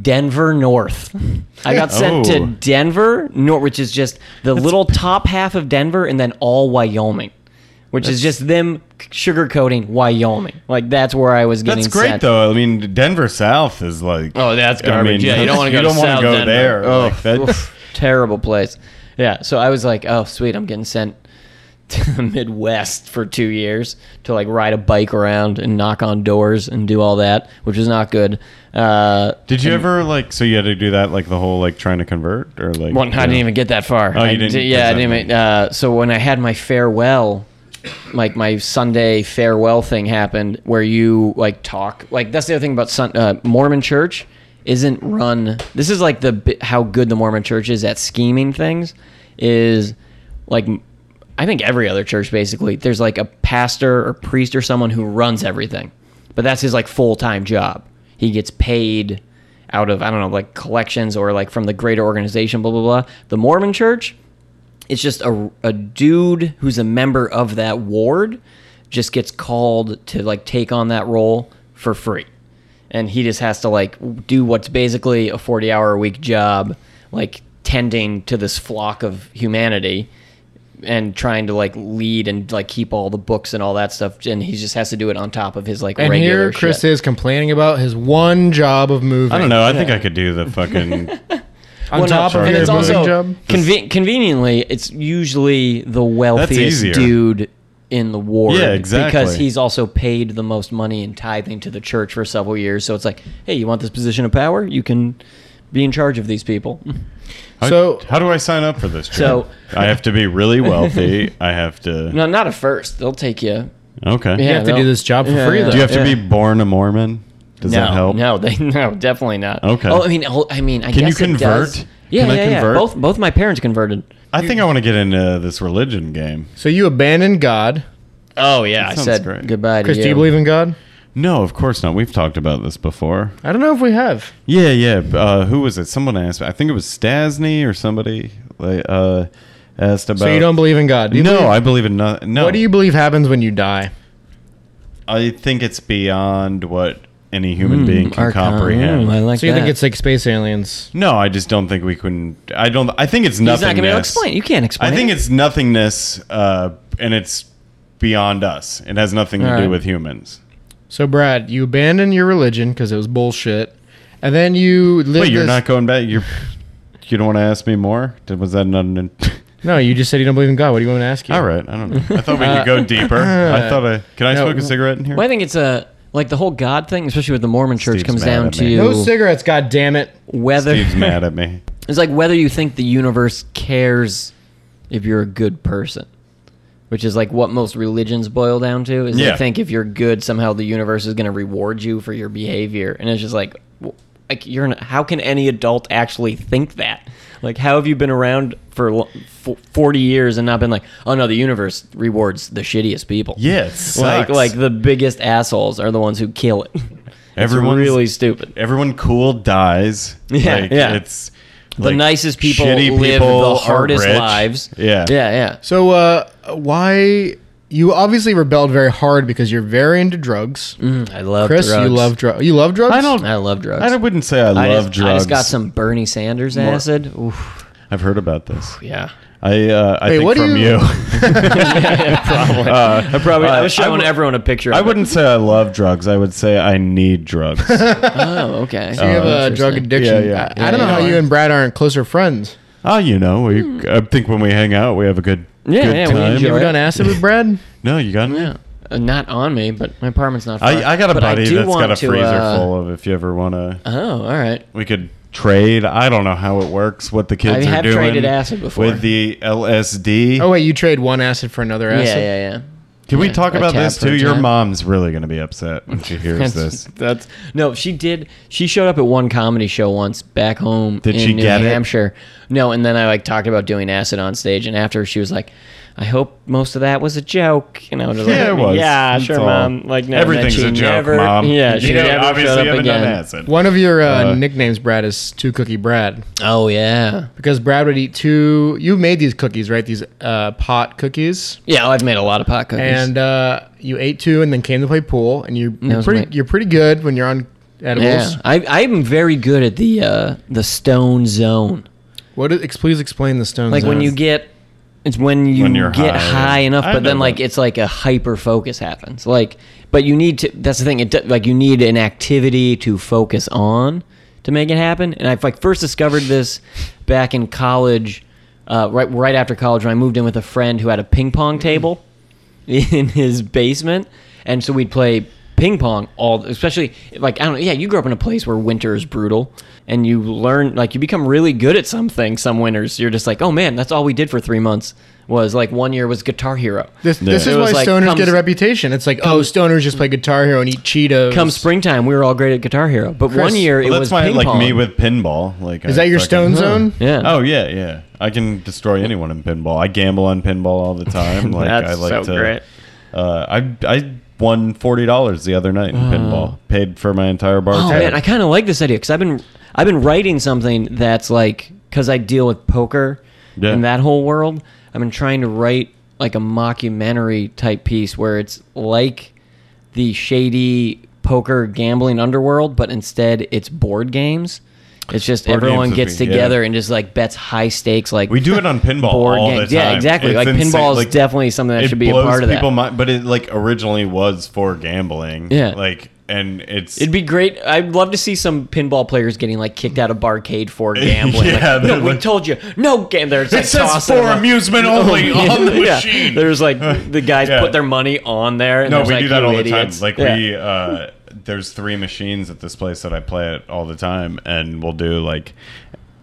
Speaker 3: Denver North. I got sent
Speaker 1: Oh.
Speaker 3: to Denver North, which is just the little top half of Denver, and then all Wyoming. Which is just them sugarcoating Wyoming. Like that's where I was getting.
Speaker 1: That's great
Speaker 3: sent.
Speaker 1: though. I mean, Denver South is like.
Speaker 3: Oh, that's garbage. yeah, you don't want to go.
Speaker 1: You don't
Speaker 3: to
Speaker 1: wanna
Speaker 3: South
Speaker 1: go
Speaker 3: Denver.
Speaker 1: there.
Speaker 3: Oh,
Speaker 1: Like, that-
Speaker 3: oof, terrible place. Yeah. So I was like, oh, sweet, I'm getting sent to the Midwest for two years to like ride a bike around and knock on doors and do all that, which is not good. Uh,
Speaker 1: Did you ever like? So you had to do that like the whole like trying to convert or like?
Speaker 3: well, I didn't even get that far.
Speaker 1: Oh, you
Speaker 3: I
Speaker 1: didn't-
Speaker 3: did- yeah, I
Speaker 1: that's
Speaker 3: didn't.
Speaker 1: not
Speaker 3: Even, uh, so when I had my farewell, like my Sunday farewell thing happened, where you like talk. Like that's the other thing about Sun, uh, Mormon Church isn't run. This is like the bi- how good the Mormon Church is at scheming things. Is like I think every other church basically. There's like a pastor or priest or someone who runs everything. but that's his like full time job. He gets paid out of I don't know like collections or like from the greater organization. Blah blah blah. The Mormon Church, it's just a, a dude who's a member of that ward just gets called to like take on that role for free and he just has to like do what's basically a 40 hour a week job like tending to this flock of humanity and trying to like lead and like keep all the books and all that stuff and he just has to do it on top of his like
Speaker 2: And
Speaker 3: regular
Speaker 2: here Chris
Speaker 3: shit.
Speaker 2: is complaining about his one job of moving.
Speaker 1: I don't know. I think I could do the fucking.
Speaker 2: On
Speaker 3: Well, no,
Speaker 2: top of
Speaker 3: and
Speaker 2: your
Speaker 3: it's
Speaker 2: moving
Speaker 3: also
Speaker 2: job.
Speaker 3: conven- conveniently it's usually the wealthiest
Speaker 1: easier.
Speaker 3: dude in the ward
Speaker 1: Yeah, exactly.
Speaker 3: because he's also paid the most money in tithing to the church for several years so it's like hey you want this position of power you can be in charge of these people
Speaker 1: How,
Speaker 2: So-
Speaker 1: how do I sign up for this? Trip?
Speaker 3: So-
Speaker 1: I have to be really wealthy. I have to.
Speaker 3: No, not at first. They'll take you.
Speaker 1: Okay.
Speaker 2: You have to
Speaker 3: they'll-
Speaker 2: do this job for
Speaker 3: Yeah,
Speaker 2: free
Speaker 3: yeah.
Speaker 2: though.
Speaker 1: Do you have to
Speaker 3: Yeah.
Speaker 1: be born a Mormon? Does
Speaker 3: no,
Speaker 1: that help?
Speaker 3: no, they no, definitely not.
Speaker 1: Okay.
Speaker 3: Oh, I mean, oh, I mean, I
Speaker 1: Can you
Speaker 3: guess it
Speaker 1: convert?
Speaker 3: does. Yeah,
Speaker 1: Can I
Speaker 3: yeah, yeah.
Speaker 1: convert?
Speaker 3: Both both my parents converted.
Speaker 1: I think I want to get into this religion game.
Speaker 2: so you abandoned God.
Speaker 3: Oh yeah, I
Speaker 1: sounds
Speaker 3: said
Speaker 1: great.
Speaker 3: goodbye to
Speaker 2: Chris,
Speaker 3: you.
Speaker 2: do you believe in God?
Speaker 1: No, of course not. We've talked about this before.
Speaker 2: I don't know if we have.
Speaker 1: Yeah, yeah. Uh, who was it? Someone asked. I think it was Stasny or somebody. Like, uh, asked about.
Speaker 2: So you don't believe in God? Do you
Speaker 1: no,
Speaker 2: believe-
Speaker 1: I believe in no. No,
Speaker 2: What do you believe happens when you die?
Speaker 1: I think it's beyond what any human being can
Speaker 3: Archon.
Speaker 1: comprehend.
Speaker 3: Mm, Hmm, I like
Speaker 2: So you
Speaker 3: that.
Speaker 2: think it's like space aliens?
Speaker 1: no, I just don't think we can. I don't. I think it's
Speaker 3: He's not
Speaker 1: nothingness.
Speaker 3: gonna be able to explain. You can't explain.
Speaker 1: I think
Speaker 3: it.
Speaker 1: it's nothingness, uh, and it's beyond us. It has nothing to
Speaker 3: All
Speaker 1: do
Speaker 3: right.
Speaker 1: with humans.
Speaker 2: So Brad, you abandoned your religion because it was bullshit, and then you lived.
Speaker 1: Wait, you're
Speaker 2: this-
Speaker 1: not going back. You're. You don't want to ask me more? Did- Was that not an?
Speaker 2: No, you just said you don't believe in God. What do you want me to ask you?
Speaker 1: All right, I don't know. I thought we could
Speaker 3: Uh,
Speaker 1: go deeper. I thought I can I
Speaker 2: No.
Speaker 1: smoke a cigarette in here?
Speaker 3: Well, I think it's a like the whole God thing, especially with the Mormon Church,
Speaker 1: Steve's
Speaker 3: comes
Speaker 1: mad
Speaker 3: down
Speaker 1: at me.
Speaker 3: to
Speaker 2: No cigarettes. God damn it.
Speaker 3: whether
Speaker 1: Steve's mad at me.
Speaker 3: It's like whether you think the universe cares if you're a good person, which is like what most religions boil down to. Is
Speaker 1: Yeah.
Speaker 3: they think if you're good, somehow the universe is going to reward you for your behavior, and it's just like, w- like you're not, how can any adult actually think that? Like, how have you been around for lo- fo- forty years and not been like, oh no, the universe rewards the shittiest people?
Speaker 1: Yeah, it sucks.
Speaker 3: like like the biggest assholes are the ones who kill it.
Speaker 1: Everyone's-
Speaker 3: Everyone's really stupid.
Speaker 1: everyone cool dies.
Speaker 3: Yeah,
Speaker 1: Like,
Speaker 3: yeah.
Speaker 1: It's
Speaker 3: the
Speaker 1: like,
Speaker 3: nicest people
Speaker 1: shitty
Speaker 3: live
Speaker 1: people
Speaker 3: the
Speaker 1: are
Speaker 3: hardest
Speaker 1: rich.
Speaker 3: lives.
Speaker 1: Yeah.
Speaker 3: yeah, yeah.
Speaker 2: So uh, why you obviously rebelled very hard because you're very into drugs.
Speaker 3: I love
Speaker 2: Chris,
Speaker 3: drugs.
Speaker 2: you love drugs. You love drugs.
Speaker 1: Mm-hmm. I don't.
Speaker 3: I love drugs.
Speaker 1: I wouldn't say I,
Speaker 3: I
Speaker 1: love
Speaker 3: just,
Speaker 1: drugs.
Speaker 3: I just got some Bernie Sanders acid. Oof,
Speaker 1: I've heard about this.
Speaker 3: Oh, yeah.
Speaker 1: I uh, I
Speaker 2: Wait,
Speaker 1: think
Speaker 2: what do
Speaker 1: from
Speaker 2: you-
Speaker 1: you.
Speaker 3: probably.
Speaker 1: Uh,
Speaker 3: I probably. I
Speaker 1: uh,
Speaker 3: was showing
Speaker 1: wou-
Speaker 3: everyone a picture.
Speaker 1: I
Speaker 3: of it.
Speaker 1: wouldn't say I love drugs. I would say I need drugs.
Speaker 3: Oh, okay.
Speaker 2: So you have a drug addiction.
Speaker 1: Yeah, yeah.
Speaker 2: I, I don't know
Speaker 3: Yeah,
Speaker 2: how
Speaker 3: yeah.
Speaker 2: you and Brad aren't closer friends.
Speaker 1: Ah, you know, we. I think when we hang out, we have a good
Speaker 3: Yeah,
Speaker 1: good
Speaker 3: yeah, we
Speaker 1: time.
Speaker 2: You
Speaker 3: enjoy
Speaker 2: ever
Speaker 3: Right.
Speaker 2: done acid with Brad?
Speaker 1: no, you got me.
Speaker 3: Yeah. Uh, not on me, but my apartment's not. Far.
Speaker 1: I, I got a
Speaker 3: But
Speaker 1: buddy
Speaker 3: do
Speaker 1: that's got
Speaker 3: want
Speaker 1: a
Speaker 3: to,
Speaker 1: freezer
Speaker 3: uh,
Speaker 1: full of. If you ever want to,
Speaker 3: Oh, all right.
Speaker 1: we could trade. I don't know how it works. What the kids
Speaker 3: I have
Speaker 1: are doing
Speaker 3: traded acid before.
Speaker 1: with the LSD.
Speaker 2: Oh wait, you trade one acid for another
Speaker 3: Yeah,
Speaker 2: acid.
Speaker 3: yeah, yeah.
Speaker 1: Can we
Speaker 3: yeah,
Speaker 1: talk
Speaker 3: a
Speaker 1: about
Speaker 3: tab
Speaker 1: this
Speaker 3: for a
Speaker 1: too? Your
Speaker 3: tab.
Speaker 1: mom's really gonna be upset when she hears this.
Speaker 3: That's no. She did. She showed up at one comedy show once back home.
Speaker 1: Did
Speaker 3: in
Speaker 1: she
Speaker 3: New
Speaker 1: get it?
Speaker 3: Hampshire. No, and then I like talked about doing acid on stage, and after she was like, "I hope most of that was a joke," and I was just
Speaker 1: Yeah, it
Speaker 3: like,
Speaker 1: was.
Speaker 3: "Yeah,
Speaker 1: That's
Speaker 3: sure,
Speaker 1: all.
Speaker 3: mom." Like, no, and then
Speaker 1: everything's
Speaker 3: she
Speaker 1: a joke,
Speaker 3: never-
Speaker 1: mom.
Speaker 3: Yeah, she
Speaker 1: you know,
Speaker 3: never
Speaker 1: obviously
Speaker 3: showed up
Speaker 1: haven't
Speaker 3: again.
Speaker 1: done acid.
Speaker 2: One of your uh,
Speaker 1: Uh,
Speaker 2: nicknames, Brad, is Two Cookie Brad
Speaker 3: Oh yeah,
Speaker 2: because Brad would eat two. You made these cookies, right? These uh, pot cookies,
Speaker 3: yeah. Oh, I've made a lot of pot cookies.
Speaker 2: and uh, you ate two, and then came to play pool. And you,
Speaker 3: That
Speaker 2: you're
Speaker 3: was
Speaker 2: pretty.
Speaker 3: my-
Speaker 2: You're pretty good when you're on
Speaker 3: yeah,
Speaker 2: edibles.
Speaker 3: I I'm very good at the uh, the stone zone.
Speaker 2: What? Is, ex- please explain the stones.
Speaker 3: Like when you get, it's when you
Speaker 1: When you're
Speaker 3: get
Speaker 1: high.
Speaker 3: high, enough,
Speaker 1: I
Speaker 3: but then
Speaker 1: know
Speaker 3: like
Speaker 1: that.
Speaker 3: it's like a hyper focus happens. Like, but you need to. That's the thing. It do- like you need an activity to focus on to make it happen. And I like first discovered this back in college, uh, right right after college when I moved in with a friend who had a ping pong table in his basement, and so we'd play ping pong all, especially like I don't know. Yeah, you grew up in a place where winter is brutal, and you learn like you become really good at something. Some winters, you're just like, oh man, that's all we did for three months. Was like one year was Guitar Hero.
Speaker 2: This, this
Speaker 1: Yeah.
Speaker 2: is
Speaker 3: It
Speaker 2: why
Speaker 3: was like,
Speaker 2: stoners
Speaker 3: comes-
Speaker 2: get a reputation. It's like, oh, stoners just play Guitar Hero and eat Cheetos.
Speaker 3: Come springtime, we were all great at Guitar Hero, but
Speaker 2: Chris,
Speaker 3: one year
Speaker 1: Well,
Speaker 3: it
Speaker 1: that's
Speaker 3: was
Speaker 1: my
Speaker 3: ping
Speaker 1: like
Speaker 3: pong.
Speaker 1: me with pinball. Like,
Speaker 2: Is that your stone zone?
Speaker 3: yeah.
Speaker 1: Oh yeah, yeah. I can destroy anyone in pinball. I gamble on pinball all the time. Like
Speaker 3: That's
Speaker 1: I like
Speaker 3: so
Speaker 1: to.
Speaker 3: great.
Speaker 1: Uh, I I won forty dollars the other night in pinball. Paid for my entire bar.
Speaker 3: Oh
Speaker 1: tab.
Speaker 3: man, I kind of like this idea because I've been I've been writing something that's like because I deal with poker
Speaker 1: Yeah.
Speaker 3: and that whole world. I've been trying to write like a mockumentary type piece where it's like the shady poker gambling underworld, but instead it's board games. It's just
Speaker 1: Board games
Speaker 3: everyone
Speaker 1: would
Speaker 3: gets
Speaker 1: be- yeah.
Speaker 3: together and just like bets high stakes, like
Speaker 1: we do it on pinball
Speaker 3: board
Speaker 1: all
Speaker 3: games.
Speaker 1: the time.
Speaker 3: Yeah, exactly.
Speaker 1: It's
Speaker 3: like
Speaker 1: insane.
Speaker 3: pinball is
Speaker 1: Like,
Speaker 3: definitely something that
Speaker 1: it
Speaker 3: should be a
Speaker 1: blows
Speaker 3: part of that.
Speaker 1: people mind, but it like originally was for gambling.
Speaker 3: Yeah.
Speaker 1: like and it's
Speaker 3: It'd be great. I'd love to see some pinball players getting like kicked out of barcade for gambling.
Speaker 1: Yeah,
Speaker 3: Like,
Speaker 1: they're
Speaker 3: no, we
Speaker 1: like-
Speaker 3: told you. No game. There's like
Speaker 1: it says
Speaker 3: tossing
Speaker 1: for
Speaker 3: them up.
Speaker 1: amusement only on the
Speaker 3: Oh, Yeah.
Speaker 1: machine.
Speaker 3: There's like the guys
Speaker 1: Yeah.
Speaker 3: put their money on there. And
Speaker 1: no,
Speaker 3: there's,
Speaker 1: we
Speaker 3: like,
Speaker 1: do that
Speaker 3: you
Speaker 1: all
Speaker 3: idiots.
Speaker 1: the time. Like
Speaker 3: Yeah.
Speaker 1: we, uh, there's three machines at this place that I play at all the time, and we'll do like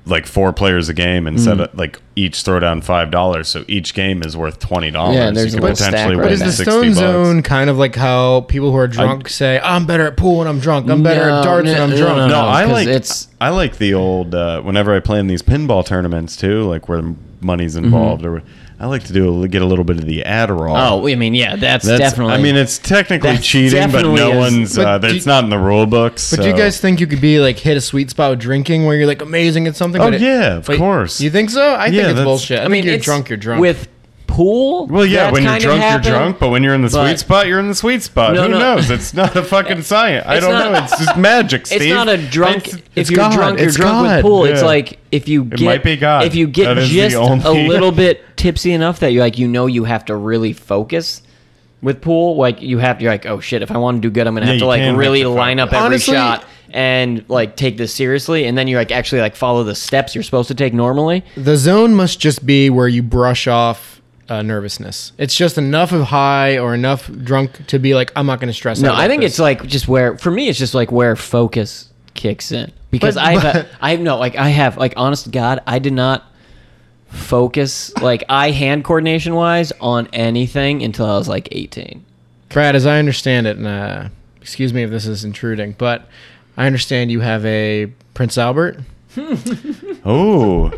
Speaker 1: like four players a game and
Speaker 3: Mm.
Speaker 1: set up like each throw down five dollars, so each game is worth twenty dollars.
Speaker 3: Yeah, and there's a little stack right
Speaker 2: But is
Speaker 3: now.
Speaker 2: the Stone Zone kind of like how people who are drunk say, "I'm better at pool when I'm drunk. I'm better
Speaker 3: No,
Speaker 2: at darts when
Speaker 3: no,
Speaker 2: I'm
Speaker 3: no,
Speaker 2: drunk."
Speaker 3: no,
Speaker 1: No,
Speaker 3: no.
Speaker 1: I
Speaker 3: 'cause
Speaker 1: like
Speaker 3: it's-
Speaker 1: I like the old uh, whenever I play in these pinball tournaments too, like where money's
Speaker 3: Mm-hmm.
Speaker 1: involved or. I like to do a, get a little bit of the Adderall.
Speaker 3: Oh, I mean, yeah, that's,
Speaker 1: That's-
Speaker 3: definitely.
Speaker 1: I mean, it's technically
Speaker 3: That's
Speaker 1: cheating, but
Speaker 3: definitely
Speaker 1: no
Speaker 3: is-
Speaker 1: one's.
Speaker 2: But
Speaker 1: uh,
Speaker 2: do-
Speaker 1: it's not in the rule books.
Speaker 2: But do you
Speaker 1: so-
Speaker 2: guys think you could be like hit a sweet spot with drinking where you're like amazing at something?
Speaker 1: Oh,
Speaker 2: but it-
Speaker 1: yeah, of
Speaker 2: but
Speaker 1: course.
Speaker 2: You think so?
Speaker 1: Yeah,
Speaker 2: I think it's
Speaker 1: that's-
Speaker 2: bullshit. I,
Speaker 3: I
Speaker 2: mean,
Speaker 3: mean,
Speaker 2: you're
Speaker 3: it's-
Speaker 2: drunk. You're drunk.
Speaker 3: with pool.
Speaker 1: Well, yeah,
Speaker 3: that's
Speaker 1: when you're
Speaker 3: kind of
Speaker 1: drunk, you're
Speaker 3: happened.
Speaker 1: drunk, but when you're in the
Speaker 3: but-
Speaker 1: sweet spot, you're in the sweet spot.
Speaker 3: No,
Speaker 1: Who
Speaker 3: no.
Speaker 1: knows? It's not a fucking science. I
Speaker 3: It's
Speaker 1: don't
Speaker 3: not-
Speaker 1: know. It's just magic, Steve.
Speaker 3: It's not a drunk.
Speaker 1: It's-
Speaker 3: if
Speaker 1: it's
Speaker 3: you're
Speaker 1: God.
Speaker 3: drunk, you're
Speaker 1: It's
Speaker 3: drunk
Speaker 1: God.
Speaker 3: with pool. It's
Speaker 1: Yeah.
Speaker 3: like if you get
Speaker 1: might be God.
Speaker 3: if you get
Speaker 1: That is the
Speaker 3: just a
Speaker 1: only-
Speaker 3: little bit tipsy enough that you like you know you have to really focus with pool. Like you have you're like oh shit if I want to do good I'm gonna
Speaker 1: Yeah,
Speaker 3: have to
Speaker 1: you can
Speaker 3: like
Speaker 1: have
Speaker 3: really
Speaker 1: to
Speaker 3: line up
Speaker 1: focus.
Speaker 3: every
Speaker 2: Honestly-
Speaker 3: shot and like take this seriously and then you like actually like follow the steps you're supposed to take normally.
Speaker 2: the zone must just be where you brush off uh, nervousness. It's just enough of high or enough drunk to be like, I'm not going to stress. out
Speaker 3: No,
Speaker 2: about
Speaker 3: I think
Speaker 2: this."
Speaker 3: it's like just where for me it's just like where focus kicks in because
Speaker 2: But-
Speaker 3: I have
Speaker 2: but-
Speaker 3: a, I have no like I have like honest to God I did not focus like eye hand coordination wise on anything until I was like eighteen.
Speaker 2: Brad, as I understand it, and uh, excuse me if this is intruding, but I understand you have a Prince Albert.
Speaker 1: Oh,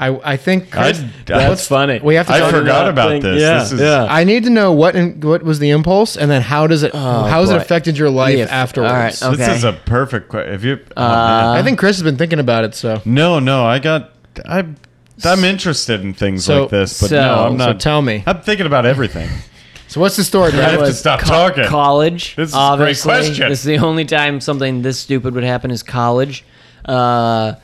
Speaker 2: I I think
Speaker 1: I,
Speaker 3: That's funny.
Speaker 2: we have to.
Speaker 1: I
Speaker 2: talk
Speaker 1: forgot about
Speaker 3: thing.
Speaker 1: this.
Speaker 3: Yeah,
Speaker 1: this is,
Speaker 3: yeah.
Speaker 2: I need to know what in, what was the impulse, and then how does it how has it
Speaker 3: Oh, boy.
Speaker 2: affected your life
Speaker 3: Yeah,
Speaker 2: afterwards?
Speaker 3: all right, um,
Speaker 1: This
Speaker 3: Okay. Uh,
Speaker 1: is a perfect question. If you, oh, man.
Speaker 2: I think Chris has been thinking about it. So
Speaker 1: no, no, I got. I, I'm interested in things
Speaker 2: So-
Speaker 1: like this, but
Speaker 3: so-
Speaker 1: no, I'm
Speaker 2: so
Speaker 1: not.
Speaker 2: tell me.
Speaker 1: I'm thinking about everything.
Speaker 2: So what's the story?
Speaker 1: I
Speaker 2: Brad?
Speaker 1: have to stop talking.
Speaker 3: College.
Speaker 1: This is a great
Speaker 3: obviously.
Speaker 1: question.
Speaker 3: This is the only time something this stupid would happen is college, uh,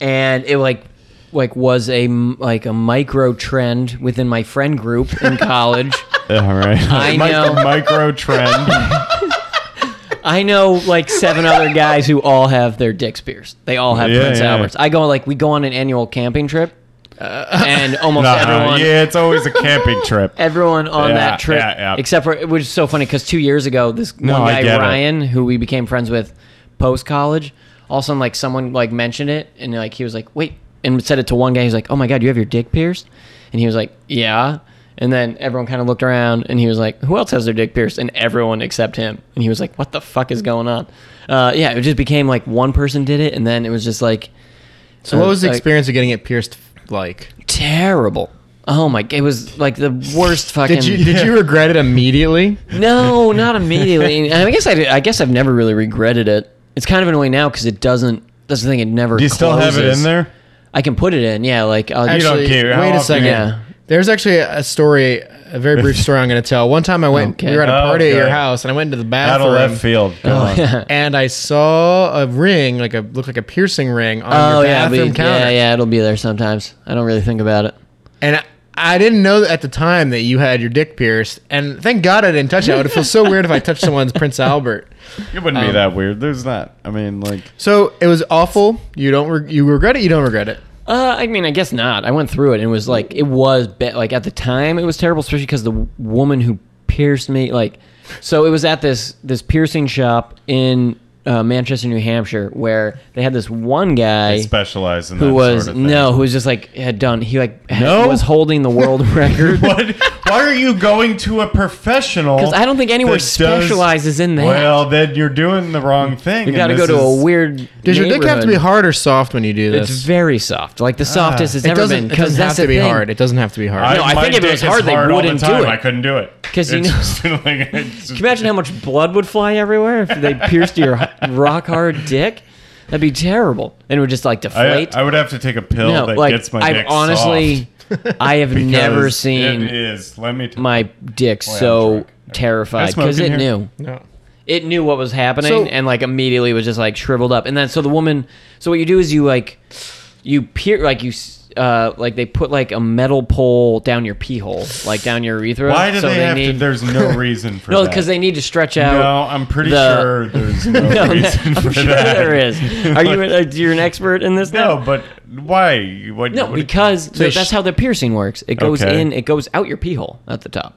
Speaker 3: and it like like was a m- like a micro trend within my friend group in college.
Speaker 1: All right.
Speaker 3: I know.
Speaker 1: Micro trend.
Speaker 3: I know like seven other guys who all have their dicks pierced. They all have
Speaker 1: Yeah,
Speaker 3: Prince
Speaker 1: yeah.
Speaker 3: Alberts. I go like we go on an annual camping trip, and almost
Speaker 1: Nah,
Speaker 3: everyone.
Speaker 1: yeah, it's always a camping trip.
Speaker 3: Everyone on
Speaker 1: Yeah,
Speaker 3: that trip,
Speaker 1: yeah, yeah.
Speaker 3: except for it was so funny because two years ago, this
Speaker 1: No, I
Speaker 3: one
Speaker 1: get
Speaker 3: guy
Speaker 1: it.
Speaker 3: Ryan, who we became friends with post college, all of a sudden like someone like mentioned it, and like he was like, "Wait," and said it to one guy. He's like, "Oh my god, you have your dick pierced?" And he was like, "Yeah." And then everyone kind of looked around, and he was like, "Who else has their dick pierced?" And everyone except him. And he was like, "What the fuck is going on?" Uh, yeah, it just became like one person did it, and then it was just like
Speaker 2: so what was the
Speaker 3: Uh, like-
Speaker 2: experience of getting it pierced like?
Speaker 3: terrible. Oh my! It was like the worst fucking.
Speaker 2: Did you did you regret it immediately?
Speaker 3: No, not immediately. And I guess I, I guess I've never really regretted it. It's kind of annoying now because it doesn't. That's the thing. It never.
Speaker 1: Do you still have it
Speaker 3: closes.
Speaker 1: in there?
Speaker 3: I can put it in. Yeah, like I'll,
Speaker 1: don't
Speaker 2: Actually,
Speaker 1: care. How
Speaker 2: Wait a
Speaker 1: often-
Speaker 2: second.
Speaker 3: Yeah.
Speaker 2: There's actually a story, a very brief story I'm going to tell. One time I went, we
Speaker 3: Okay.
Speaker 2: were at a
Speaker 1: Oh,
Speaker 2: party at your
Speaker 1: good.
Speaker 2: house, and I went into the
Speaker 1: Out
Speaker 2: bathroom.
Speaker 1: of left field.
Speaker 3: Oh,
Speaker 1: Come on.
Speaker 2: and I saw a ring, like a looked like a piercing ring on
Speaker 3: Oh
Speaker 2: your
Speaker 3: yeah, but-
Speaker 2: bathroom counter.
Speaker 3: yeah, yeah. It'll be there sometimes. I don't really think about it.
Speaker 2: And I, I didn't know at the time that you had your dick pierced. And thank God I didn't touch it. I would feel so weird if I touched someone's Prince Albert.
Speaker 1: It wouldn't
Speaker 3: Um,
Speaker 1: be that weird. There's not. I mean, like,
Speaker 2: So it was awful. You don't re- you regret it. You don't regret it.
Speaker 3: Uh, I mean, I guess not. I went through it and it was like it was be- like at the time it was terrible, especially because the w- woman who pierced me like so it was at this this piercing shop in uh, Manchester, New Hampshire, where they had this one guy
Speaker 1: specialize in that
Speaker 3: who was
Speaker 1: sort of thing.
Speaker 3: no, who was just like had done. He like had-
Speaker 1: No?
Speaker 3: was holding the world record.
Speaker 1: What? Why are you going to a professional?
Speaker 3: 'Cause I don't think anywhere
Speaker 1: that does-
Speaker 3: specializes in that.
Speaker 1: Well, then you're doing the wrong thing.
Speaker 3: You got to
Speaker 1: and
Speaker 3: go
Speaker 1: this
Speaker 3: to
Speaker 1: is-
Speaker 3: a weird.
Speaker 2: Does your dick have to be hard or soft when you do this?
Speaker 3: It's very soft, like
Speaker 1: Ah.
Speaker 3: the softest it's
Speaker 2: it
Speaker 3: ever
Speaker 2: doesn't,
Speaker 3: been.
Speaker 2: it doesn't
Speaker 3: Because
Speaker 2: have
Speaker 3: that's
Speaker 2: to
Speaker 3: the
Speaker 2: be
Speaker 3: thing.
Speaker 2: hard. It doesn't have to be hard.
Speaker 3: No, I
Speaker 1: my
Speaker 3: think if it was
Speaker 1: dick is
Speaker 3: hard, they
Speaker 1: all the
Speaker 3: wouldn't do
Speaker 1: time.
Speaker 3: it.
Speaker 1: I couldn't do it.
Speaker 3: Because you
Speaker 1: It's
Speaker 3: know,
Speaker 1: just like- it's
Speaker 3: can
Speaker 1: just-
Speaker 3: you imagine how much blood would fly everywhere if they pierced your rock hard dick? That'd be terrible. And it would just like
Speaker 1: I,
Speaker 3: deflate.
Speaker 1: I would have to take a pill
Speaker 3: no,
Speaker 1: that
Speaker 3: like
Speaker 1: gets my
Speaker 3: I've
Speaker 1: dick
Speaker 3: honestly,
Speaker 1: soft,
Speaker 3: I have
Speaker 1: because
Speaker 3: never seen
Speaker 1: it is. Let me. T-
Speaker 3: my dick
Speaker 1: I'm
Speaker 3: so
Speaker 1: drunk.
Speaker 3: terrified
Speaker 1: smoke
Speaker 3: because it
Speaker 1: in here?
Speaker 3: knew
Speaker 2: No.
Speaker 3: it knew what was happening
Speaker 2: So-
Speaker 3: and like immediately was just like shriveled up and then so the woman so what you do is you like you peer like you s- uh like they put like a metal pole down your pee hole like down your urethra
Speaker 1: Why do
Speaker 3: so
Speaker 1: they, have
Speaker 3: need
Speaker 1: to? There's no reason for
Speaker 3: no
Speaker 1: that.
Speaker 3: because they need to stretch out
Speaker 1: No, I'm pretty
Speaker 3: the-
Speaker 1: sure there's no,
Speaker 3: no,
Speaker 1: reason
Speaker 3: I'm
Speaker 1: for
Speaker 3: sure
Speaker 1: that.
Speaker 3: there is are you uh, you're an expert in this now?
Speaker 1: No, but why? What,
Speaker 3: No,
Speaker 1: what-
Speaker 3: because th-
Speaker 2: sh-
Speaker 3: that's how the piercing works. It goes
Speaker 1: Okay.
Speaker 3: in, it goes out your pee hole at the top.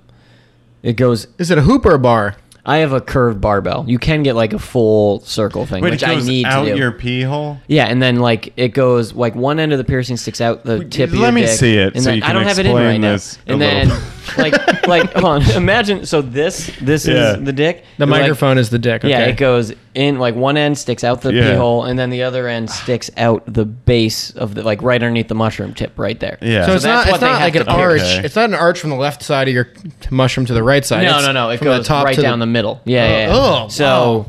Speaker 3: It goes.
Speaker 2: Is it a hoop or a bar?
Speaker 3: I have a curved barbell. You can get like a full circle thing,
Speaker 1: Wait,
Speaker 3: which
Speaker 1: it goes
Speaker 3: I need
Speaker 1: out
Speaker 3: to do.
Speaker 1: your pee hole.
Speaker 3: Yeah, and then like it goes like one end of the piercing sticks out the tip. of
Speaker 1: let
Speaker 3: your
Speaker 1: me
Speaker 3: dick,
Speaker 1: see it
Speaker 3: And
Speaker 1: so
Speaker 3: then,
Speaker 1: you
Speaker 3: I
Speaker 1: can
Speaker 3: don't have it in
Speaker 1: explain
Speaker 3: right now.
Speaker 1: this a
Speaker 3: And
Speaker 1: little
Speaker 3: then like like hold on, imagine. So this this
Speaker 1: Yeah.
Speaker 3: is the dick.
Speaker 2: The
Speaker 3: You're, like-
Speaker 2: microphone is the dick. Okay.
Speaker 3: Yeah, it goes in like one end sticks out the
Speaker 1: Yeah.
Speaker 3: pee hole, and then the other end sticks out the base of the like right underneath the mushroom tip, right there.
Speaker 1: Yeah.
Speaker 2: So, it's
Speaker 3: that's
Speaker 2: not,
Speaker 3: what
Speaker 2: it's
Speaker 3: they
Speaker 2: not
Speaker 3: have
Speaker 2: like an
Speaker 3: to pierce.
Speaker 2: arch.
Speaker 1: Okay.
Speaker 2: It's not an arch from the left side of your mushroom to the right side.
Speaker 3: No,
Speaker 2: It's
Speaker 3: no, no. It
Speaker 2: from the
Speaker 3: goes
Speaker 2: top
Speaker 3: right
Speaker 2: to
Speaker 3: down the, middle. Yeah,
Speaker 2: Oh,
Speaker 3: yeah. yeah.
Speaker 2: oh,
Speaker 3: so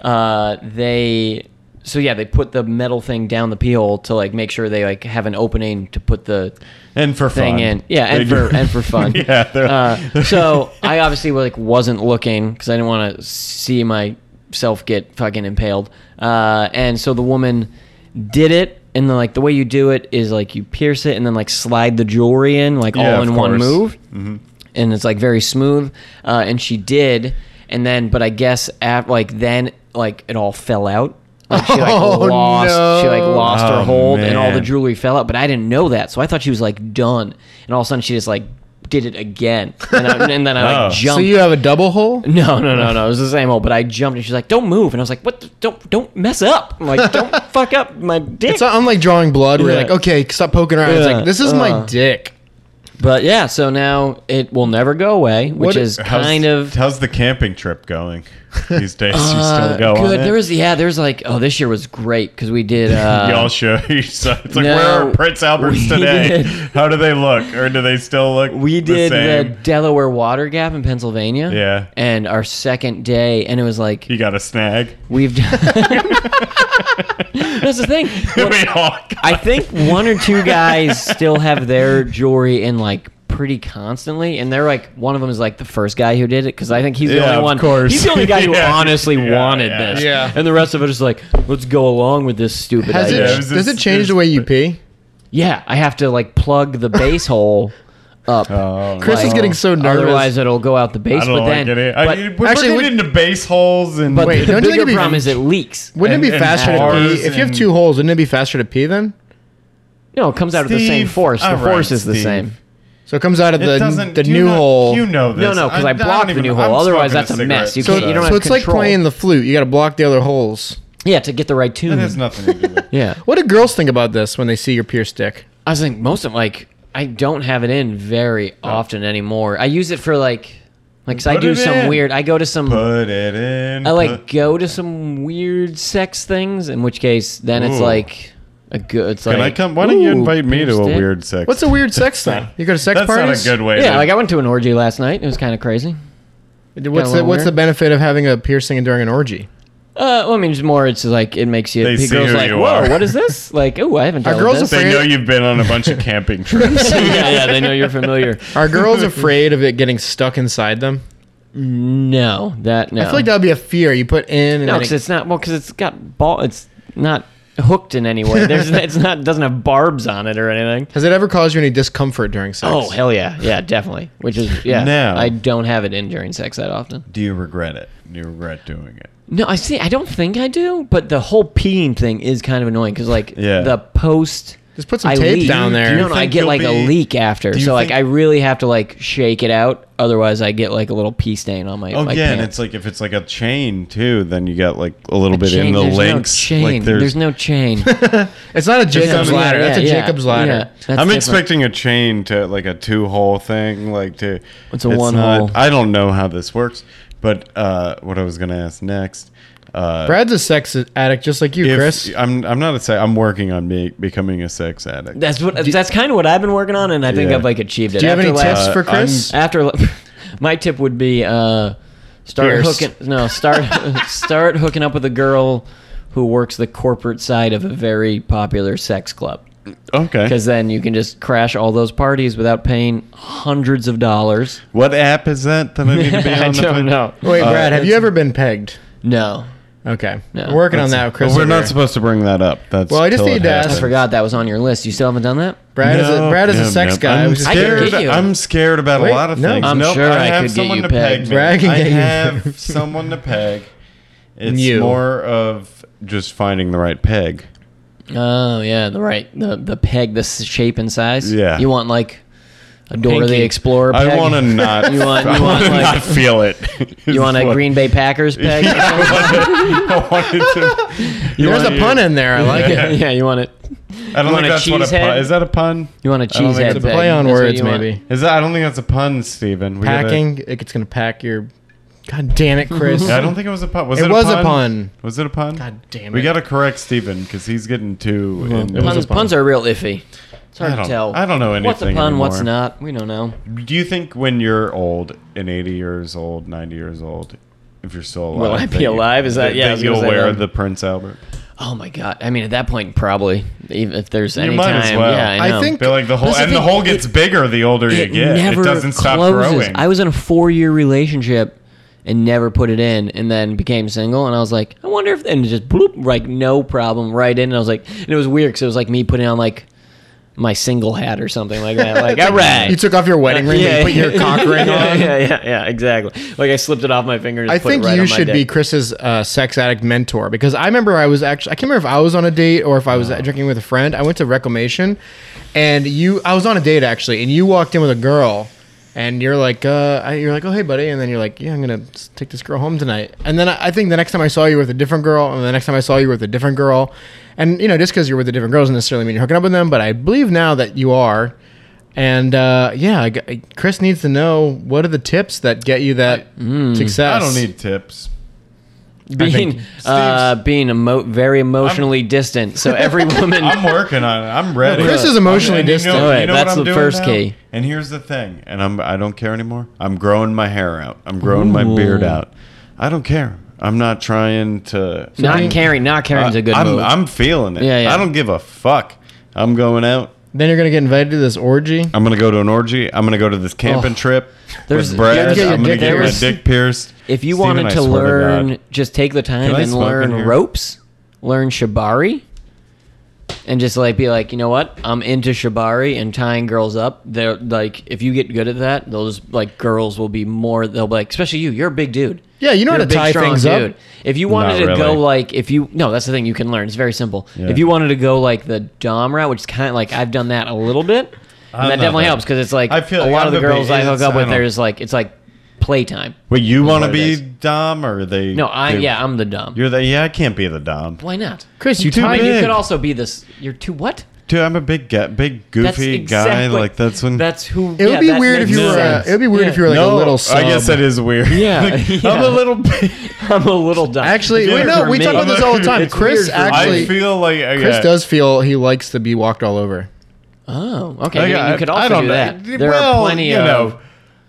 Speaker 3: uh, they, so yeah, they put the metal thing down the pee hole to like make sure they like have an opening to put the
Speaker 1: and for
Speaker 3: thing
Speaker 1: fun.
Speaker 3: in. Yeah, and
Speaker 1: They do-
Speaker 3: for and for fun.
Speaker 1: yeah, they're-
Speaker 3: Uh, so I obviously like wasn't looking because I didn't want to see myself get fucking impaled. Uh, and so the woman did it, and then like the way you do it is like you pierce it and then like slide the jewelry in like
Speaker 1: Yeah,
Speaker 3: all in
Speaker 1: of
Speaker 3: one
Speaker 1: course. Mm-hmm.
Speaker 3: move, and it's like very smooth. Uh, and she did, and then but I guess at like then like it all fell out. Like she like
Speaker 2: Oh,
Speaker 3: lost, she like
Speaker 2: no.
Speaker 3: lost
Speaker 1: Oh,
Speaker 3: her hold, and all the
Speaker 1: man.
Speaker 3: jewelry jewelry fell out, but I didn't know that, so I thought she was like done, and all of a sudden she just like did it again, and, I, and then I
Speaker 1: Oh.
Speaker 3: like
Speaker 2: So
Speaker 3: jumped.
Speaker 2: you have a double hole?
Speaker 3: no, no, no, no. It was the same hole, but I jumped, and she's like, "Don't move," and I was like, "What? The, don't, don't mess up!" I'm like, "Don't fuck up my dick."
Speaker 2: It's not unlike drawing blood where you're
Speaker 3: Yeah.
Speaker 2: like, okay, stop poking around. It's
Speaker 3: Yeah,
Speaker 2: like, this is
Speaker 3: uh,
Speaker 2: my dick.
Speaker 3: but yeah, so now it will never go away, which
Speaker 2: What-
Speaker 3: is
Speaker 1: How's-
Speaker 3: kind of
Speaker 1: How's the camping trip going these days? you
Speaker 3: uh,
Speaker 1: still go on
Speaker 3: good.
Speaker 1: it?
Speaker 3: There was yeah, there's like oh, this year was great because we did. Uh,
Speaker 1: Y'all show you. So it's like
Speaker 3: no,
Speaker 1: where are Prince Alberts
Speaker 3: we
Speaker 1: today?
Speaker 3: did-
Speaker 1: How do they look, or do they still look?
Speaker 3: We did
Speaker 1: the,
Speaker 3: the,
Speaker 1: same?
Speaker 3: Delaware Water Gap in Pennsylvania.
Speaker 1: Yeah.
Speaker 3: And our second day, and it was like
Speaker 1: You got a snag.
Speaker 3: We've done. That's the thing.
Speaker 1: we all got-
Speaker 3: I think one or two guys still have their jewelry in like pretty constantly, and they're like one of them is like the first guy who did it because I think he's
Speaker 1: Yeah,
Speaker 3: the only
Speaker 1: of
Speaker 3: one.
Speaker 1: course.
Speaker 3: He's the only guy who
Speaker 1: Yeah.
Speaker 3: honestly
Speaker 1: Yeah,
Speaker 3: wanted
Speaker 1: yeah.
Speaker 3: this.
Speaker 2: Yeah.
Speaker 3: And the rest of it is like, let's go along with this stupid
Speaker 2: Has
Speaker 3: idea.
Speaker 1: Yeah,
Speaker 2: it,
Speaker 1: it was
Speaker 2: does
Speaker 1: just-
Speaker 2: it
Speaker 1: it
Speaker 2: change
Speaker 1: was-
Speaker 2: the way you pee?
Speaker 3: yeah, I have to like plug the base hole up.
Speaker 1: Oh,
Speaker 2: Chris is
Speaker 1: no.
Speaker 2: getting so nervous.
Speaker 3: Otherwise, it'll go out the base.
Speaker 1: I don't
Speaker 3: but
Speaker 1: like
Speaker 3: then,
Speaker 1: it.
Speaker 3: but-
Speaker 1: I, we're
Speaker 2: actually,
Speaker 1: getting into base holes and
Speaker 3: but
Speaker 2: Wait,
Speaker 3: the
Speaker 2: don't you think
Speaker 3: bigger
Speaker 2: it'd be-
Speaker 3: problem is it leaks.
Speaker 2: Wouldn't it be
Speaker 1: and- and
Speaker 2: faster to
Speaker 1: bars
Speaker 2: pee? If you have
Speaker 1: and-
Speaker 2: two holes, wouldn't it be faster to pee then?
Speaker 3: No, it comes out of the same
Speaker 1: Steve,
Speaker 3: force. The
Speaker 1: all right,
Speaker 3: force is the
Speaker 1: Steve.
Speaker 3: same.
Speaker 2: So it comes out of
Speaker 1: It
Speaker 2: the,
Speaker 1: doesn't.
Speaker 2: the
Speaker 1: you
Speaker 2: new
Speaker 1: know,
Speaker 2: hole.
Speaker 1: You know this.
Speaker 3: No, no, 'cause I
Speaker 1: don't
Speaker 3: blocked the
Speaker 1: even-
Speaker 3: new
Speaker 1: I'm
Speaker 3: hole. Otherwise,
Speaker 1: smoking
Speaker 3: that's a mess. You
Speaker 1: cigarette,
Speaker 3: can't- you don't
Speaker 2: so
Speaker 3: have
Speaker 2: it's like
Speaker 3: control.
Speaker 2: playing the flute. You got to block the other holes.
Speaker 3: Yeah, to get the right tune.
Speaker 1: That has nothing to do with.
Speaker 3: Yeah.
Speaker 2: What do girls think about this when they see your pierced dick?
Speaker 3: I was thinking most of like I don't have it in very often anymore. I use it for like like 'cause I
Speaker 1: Put
Speaker 3: do
Speaker 1: it
Speaker 3: some
Speaker 1: in.
Speaker 3: weird. I go to some.
Speaker 1: Put it in.
Speaker 3: I
Speaker 1: put-
Speaker 3: like go to some weird sex things. In which case, then it's
Speaker 1: Ooh.
Speaker 3: like a good. It's
Speaker 1: Can I
Speaker 3: like,
Speaker 1: come? Why don't you
Speaker 3: ooh,
Speaker 1: invite me to a
Speaker 3: pierced dick.
Speaker 1: weird sex?
Speaker 2: What's a weird sex thing? You go to sex
Speaker 1: That's
Speaker 2: parties?
Speaker 1: not a good way.
Speaker 3: Yeah,
Speaker 1: to,
Speaker 3: like I went to an orgy last night. It was kind of crazy.
Speaker 2: What's the,
Speaker 3: Kinda
Speaker 2: what's
Speaker 3: weird.
Speaker 2: the benefit of having a piercing during an orgy?
Speaker 3: Uh, well, I mean, it's more. It's like it makes you.
Speaker 1: They
Speaker 3: the
Speaker 1: see
Speaker 3: girl's
Speaker 1: who
Speaker 3: like,
Speaker 1: you
Speaker 3: whoa,
Speaker 1: are."
Speaker 3: what is this? Like, oh, I haven't.
Speaker 2: Are
Speaker 3: dealt
Speaker 2: girls
Speaker 3: with this.
Speaker 1: they
Speaker 2: afraid-
Speaker 1: know you've been on a bunch of camping trips.
Speaker 3: yeah, yeah, they know you're familiar.
Speaker 2: Are girls afraid of it getting stuck inside them?
Speaker 3: No, that no.
Speaker 2: I feel like that would be a fear you put in. And
Speaker 3: No,
Speaker 2: then
Speaker 3: because
Speaker 2: it-
Speaker 3: it's not. Well, because it's got ball. It's not hooked in any way. There's it's not doesn't have barbs on it or anything.
Speaker 2: has it ever caused you any discomfort during sex?
Speaker 3: Oh hell yeah, yeah definitely. Which is yeah.
Speaker 1: No.
Speaker 3: I don't have it in during sex that often.
Speaker 1: Do you regret it? Do you regret doing it?
Speaker 3: No, I see. I don't think I do. But the whole peeing thing is kind of annoying because like
Speaker 1: Yeah.
Speaker 3: the post.
Speaker 2: Just put some
Speaker 3: I
Speaker 2: tape
Speaker 3: leak.
Speaker 2: down there.
Speaker 1: Do you
Speaker 3: No, no, I
Speaker 1: think
Speaker 3: get
Speaker 1: you'll
Speaker 3: like
Speaker 1: be-
Speaker 3: a leak after,
Speaker 1: do you
Speaker 3: so like
Speaker 1: think-
Speaker 3: I really have to like shake it out. Otherwise, I get like a little pee stain on my. my
Speaker 1: Again,
Speaker 3: pants.
Speaker 1: it's like if it's like a chain too, then you got like a little bit
Speaker 3: Chain-
Speaker 1: in the
Speaker 3: there's
Speaker 1: links.
Speaker 3: No chain.
Speaker 1: Like
Speaker 3: there's, no chain.
Speaker 2: It's not a Jacob's
Speaker 1: something-
Speaker 2: ladder. That's a
Speaker 3: Yeah, yeah,
Speaker 2: Jacob's ladder.
Speaker 3: yeah. That's
Speaker 1: I'm
Speaker 3: different.
Speaker 1: expecting a chain to like a two hole thing, like to.
Speaker 3: It's a one hole.
Speaker 1: I don't know how this works, but uh, what I was gonna ask next. Uh,
Speaker 2: Brad's a sex addict, just like you,
Speaker 1: if-
Speaker 2: Chris.
Speaker 1: I'm I'm not a sex. I'm working on me becoming a sex addict.
Speaker 3: That's what. that's kind of what I've been working on, and I think
Speaker 1: Yeah.
Speaker 3: I've like achieved it.
Speaker 2: Do you have
Speaker 3: after
Speaker 2: any
Speaker 3: last,
Speaker 2: tips for Chris?
Speaker 3: After, My tip would be uh, start
Speaker 2: Pierced.
Speaker 3: hooking. No, start start hooking up with a girl who works the corporate side of a very popular sex club.
Speaker 1: Okay.
Speaker 3: Because then you can just crash all those parties without paying hundreds of dollars.
Speaker 1: What app is that that I need to be on?
Speaker 3: I
Speaker 1: the
Speaker 3: don't
Speaker 1: phone?
Speaker 3: know.
Speaker 2: Wait,
Speaker 1: Uh,
Speaker 2: Brad, have you ever been pegged?
Speaker 3: No,
Speaker 2: Okay,
Speaker 3: No.
Speaker 2: we're working on that, with
Speaker 1: But
Speaker 2: Chris.
Speaker 1: we're
Speaker 2: over
Speaker 1: not
Speaker 2: here.
Speaker 1: supposed to bring that up. That's
Speaker 2: Well, I just
Speaker 1: till
Speaker 2: need
Speaker 1: it
Speaker 2: to ask-
Speaker 3: I
Speaker 1: happens.
Speaker 3: forgot that was on your list. You still haven't done that.
Speaker 2: Brad is a
Speaker 1: No,
Speaker 2: Brad is
Speaker 1: no,
Speaker 2: a sex
Speaker 1: no.
Speaker 2: guy.
Speaker 1: I'm
Speaker 2: who's just-
Speaker 3: I can
Speaker 1: scared.
Speaker 3: get you.
Speaker 1: I'm scared about
Speaker 2: Wait,
Speaker 1: a lot of
Speaker 2: no.
Speaker 1: things.
Speaker 2: I'm
Speaker 1: Nope,
Speaker 3: sure I
Speaker 1: have
Speaker 3: could get
Speaker 1: someone
Speaker 3: you
Speaker 1: to
Speaker 3: pegged.
Speaker 1: peg.
Speaker 2: Brad can
Speaker 1: I
Speaker 2: get you.
Speaker 1: have someone to peg. It's
Speaker 2: You.
Speaker 1: more of just finding the right peg.
Speaker 3: Oh yeah, the right the the peg, the s- shape and size.
Speaker 1: Yeah.
Speaker 3: you want like a Dora
Speaker 2: Pinky.
Speaker 3: the Explorer. Peg?
Speaker 1: I want to not.
Speaker 3: You want-
Speaker 1: I
Speaker 3: you want,
Speaker 1: wanna
Speaker 3: like-
Speaker 1: not feel it.
Speaker 3: You want a
Speaker 1: What-
Speaker 3: Green Bay Packers peg?
Speaker 1: Yeah, I wanted to.
Speaker 2: There's
Speaker 1: wanna
Speaker 2: a pun
Speaker 1: use-
Speaker 2: in there. I like
Speaker 1: Yeah.
Speaker 2: it.
Speaker 3: yeah. you want it.
Speaker 1: I don't think
Speaker 3: want a
Speaker 1: that's what a
Speaker 3: cheese head?
Speaker 1: pun. Is that a pun?
Speaker 3: You want a
Speaker 1: I don't
Speaker 3: cheese
Speaker 1: think it's
Speaker 3: head
Speaker 2: It's a
Speaker 1: Peg.
Speaker 2: play on
Speaker 3: That's what
Speaker 2: words,
Speaker 3: you want.
Speaker 2: maybe.
Speaker 1: Is that? I don't think that's a pun, Steven. We gotta-
Speaker 2: Packing. It's gonna pack your. God damn it, Chris.
Speaker 1: Yeah, I don't think it was a pun. Was
Speaker 2: It
Speaker 1: it,
Speaker 2: was a
Speaker 1: a pun?
Speaker 2: pun.
Speaker 1: Was it a pun?
Speaker 2: God damn it.
Speaker 1: We got to correct Steven because he's getting too. in-
Speaker 2: It was
Speaker 3: Puns,
Speaker 2: a pun.
Speaker 3: puns are real iffy. It's hard
Speaker 1: I
Speaker 3: to
Speaker 1: don't-
Speaker 3: tell.
Speaker 1: I don't know
Speaker 3: What's a pun?
Speaker 1: anything
Speaker 3: What's
Speaker 1: anymore.
Speaker 3: not? We don't know.
Speaker 1: Do you think when you're old and 80 years old, 90 years old, if you're still alive,
Speaker 3: Will I
Speaker 1: that
Speaker 3: be
Speaker 1: you-
Speaker 3: alive? Is that- yeah, I was gonna
Speaker 1: you'll
Speaker 3: say
Speaker 1: wear
Speaker 3: that.
Speaker 1: the Prince Albert.
Speaker 3: Oh my god! I mean, at that point, probably even if there's any
Speaker 1: might as
Speaker 3: time.
Speaker 1: well.
Speaker 3: Yeah, I,
Speaker 2: I
Speaker 3: know.
Speaker 2: think-
Speaker 1: But like the whole
Speaker 3: That's the
Speaker 1: and the
Speaker 3: thing,
Speaker 1: hole gets bigger the older you
Speaker 3: it
Speaker 1: get.
Speaker 3: never
Speaker 1: it doesn't stop
Speaker 3: closes.
Speaker 1: growing.
Speaker 3: I was in a four-year relationship and never put it in, and then became single, and I was like, I wonder if, and it just bloop, like no problem, right in, and I was like, and it was weird because it was like me putting on like my single hat or something like that, like all right.
Speaker 2: You took off your wedding ring
Speaker 3: Yeah.
Speaker 2: and put your cock ring
Speaker 3: yeah,
Speaker 2: on.
Speaker 3: yeah, yeah, yeah, exactly. Like I slipped it off my finger. And
Speaker 2: I
Speaker 3: just put it
Speaker 2: think
Speaker 3: right
Speaker 2: you
Speaker 3: on my
Speaker 2: should be
Speaker 3: dick.
Speaker 2: Chris's uh, sex addict mentor because I remember I was actually I can't remember if I was on a date or if I was drinking with a friend. I went to Reclamation, and you I was on a date actually, and you walked in with a girl, and you're like uh, I- you're like oh hey buddy, and then you're like yeah I'm gonna s- take this girl home tonight, and then I, I think the next time I saw you with a different girl, and the next time I saw you with a different girl, and you know just because you're with a different girl doesn't necessarily mean you're hooking up with them, but I believe now that you are. And uh, yeah, I g- Chris needs to know what are the tips that get you that success.
Speaker 1: I don't need tips.
Speaker 3: being uh, being emo- very emotionally distant. So every woman,
Speaker 1: I'm working on it. I'm ready.
Speaker 2: Chris is emotionally
Speaker 1: And you know-
Speaker 2: distant.
Speaker 1: you know
Speaker 3: Alright,
Speaker 1: what
Speaker 3: that's
Speaker 1: I'm
Speaker 3: the
Speaker 1: doing
Speaker 3: first
Speaker 1: now?
Speaker 3: key.
Speaker 1: And here's the thing, and I'm I don't care anymore. I'm growing my hair out. I'm growing my beard out. I don't care. I'm not trying to
Speaker 3: not caring, not caring's a good
Speaker 1: I'm,
Speaker 3: move.
Speaker 1: I'm feeling it.
Speaker 3: Yeah, yeah.
Speaker 1: I don't give a fuck. I'm going out.
Speaker 2: Then you're gonna get invited to this orgy.
Speaker 1: I'm gonna go to an orgy. I'm gonna go to this camping trip.
Speaker 3: Oh. There's-
Speaker 1: with Brad.
Speaker 2: Yeah, yeah,
Speaker 1: I'm gonna
Speaker 2: dick
Speaker 1: get my
Speaker 2: pierced.
Speaker 1: dick pierced.
Speaker 3: If you
Speaker 1: Steven,
Speaker 3: wanted
Speaker 1: I
Speaker 3: to
Speaker 1: swear
Speaker 3: learn,
Speaker 1: God.
Speaker 3: just take the time
Speaker 1: Can I
Speaker 3: and
Speaker 1: smoke in
Speaker 3: learn
Speaker 1: here?
Speaker 3: ropes, learn shibari, and just like be like, you know what? I'm into shibari and tying girls up. They're like, if you get good at that, those like girls will be more. They'll be like, especially you. You're a big dude.
Speaker 2: Yeah, you know
Speaker 3: You're
Speaker 2: how
Speaker 3: a
Speaker 2: to
Speaker 3: big,
Speaker 2: tie
Speaker 3: strong
Speaker 2: things up.
Speaker 3: If you wanted
Speaker 1: Not
Speaker 3: to go
Speaker 1: really.
Speaker 3: like, if you no, that's the thing you can learn. It's very simple.
Speaker 1: Yeah.
Speaker 3: If you wanted to go like the dom route, which is kind of like I've done that a little bit, and
Speaker 1: I'm
Speaker 3: that
Speaker 1: not
Speaker 3: definitely
Speaker 1: that-
Speaker 3: helps because it's like
Speaker 1: I feel
Speaker 3: a
Speaker 1: like
Speaker 3: lot of
Speaker 1: I'm
Speaker 3: the
Speaker 1: a big-
Speaker 3: girls I hook
Speaker 1: it's-
Speaker 3: up
Speaker 1: I
Speaker 3: with,
Speaker 1: don't-
Speaker 3: there's like it's like playtime.
Speaker 1: Wait, you want to
Speaker 3: it
Speaker 1: be
Speaker 3: is.
Speaker 1: dom or they?
Speaker 3: No, I
Speaker 1: they-
Speaker 3: yeah, I'm the dumb.
Speaker 1: You're the yeah. I can't be the dom.
Speaker 3: Why not?
Speaker 2: Chris, you
Speaker 1: Too
Speaker 2: tied
Speaker 1: big.
Speaker 3: You
Speaker 2: it.
Speaker 3: could also be this. You're too what?
Speaker 1: Dude, I'm a big, ga- big
Speaker 3: That's
Speaker 1: goofy guy.
Speaker 3: exactly-
Speaker 1: Like that's when.
Speaker 3: That's who.
Speaker 2: It would
Speaker 3: yeah,
Speaker 2: be
Speaker 3: that
Speaker 2: weird if
Speaker 3: makes
Speaker 2: you were. A,
Speaker 3: sense.
Speaker 2: it would be weird
Speaker 3: Yeah.
Speaker 2: if you were like
Speaker 1: no,
Speaker 2: a little. Sub.
Speaker 1: I guess that is weird.
Speaker 3: Yeah,
Speaker 1: Like,
Speaker 3: yeah.
Speaker 1: I'm a little. big-
Speaker 3: I'm a little dumb.
Speaker 2: Actually,
Speaker 1: Yeah,
Speaker 2: wait, no,
Speaker 1: for
Speaker 2: we
Speaker 1: me.
Speaker 2: talk about this all the time.
Speaker 1: It's
Speaker 2: Chris
Speaker 3: weird for me.
Speaker 1: I
Speaker 2: actually,
Speaker 1: feel like okay.
Speaker 2: Chris does feel he likes to be walked all over.
Speaker 3: oh, okay.
Speaker 1: Like,
Speaker 3: you-
Speaker 1: I-
Speaker 3: you could
Speaker 1: I
Speaker 3: also
Speaker 1: don't
Speaker 3: do
Speaker 1: know.
Speaker 3: that. There
Speaker 1: well,
Speaker 3: are plenty
Speaker 1: you
Speaker 3: of.
Speaker 1: know,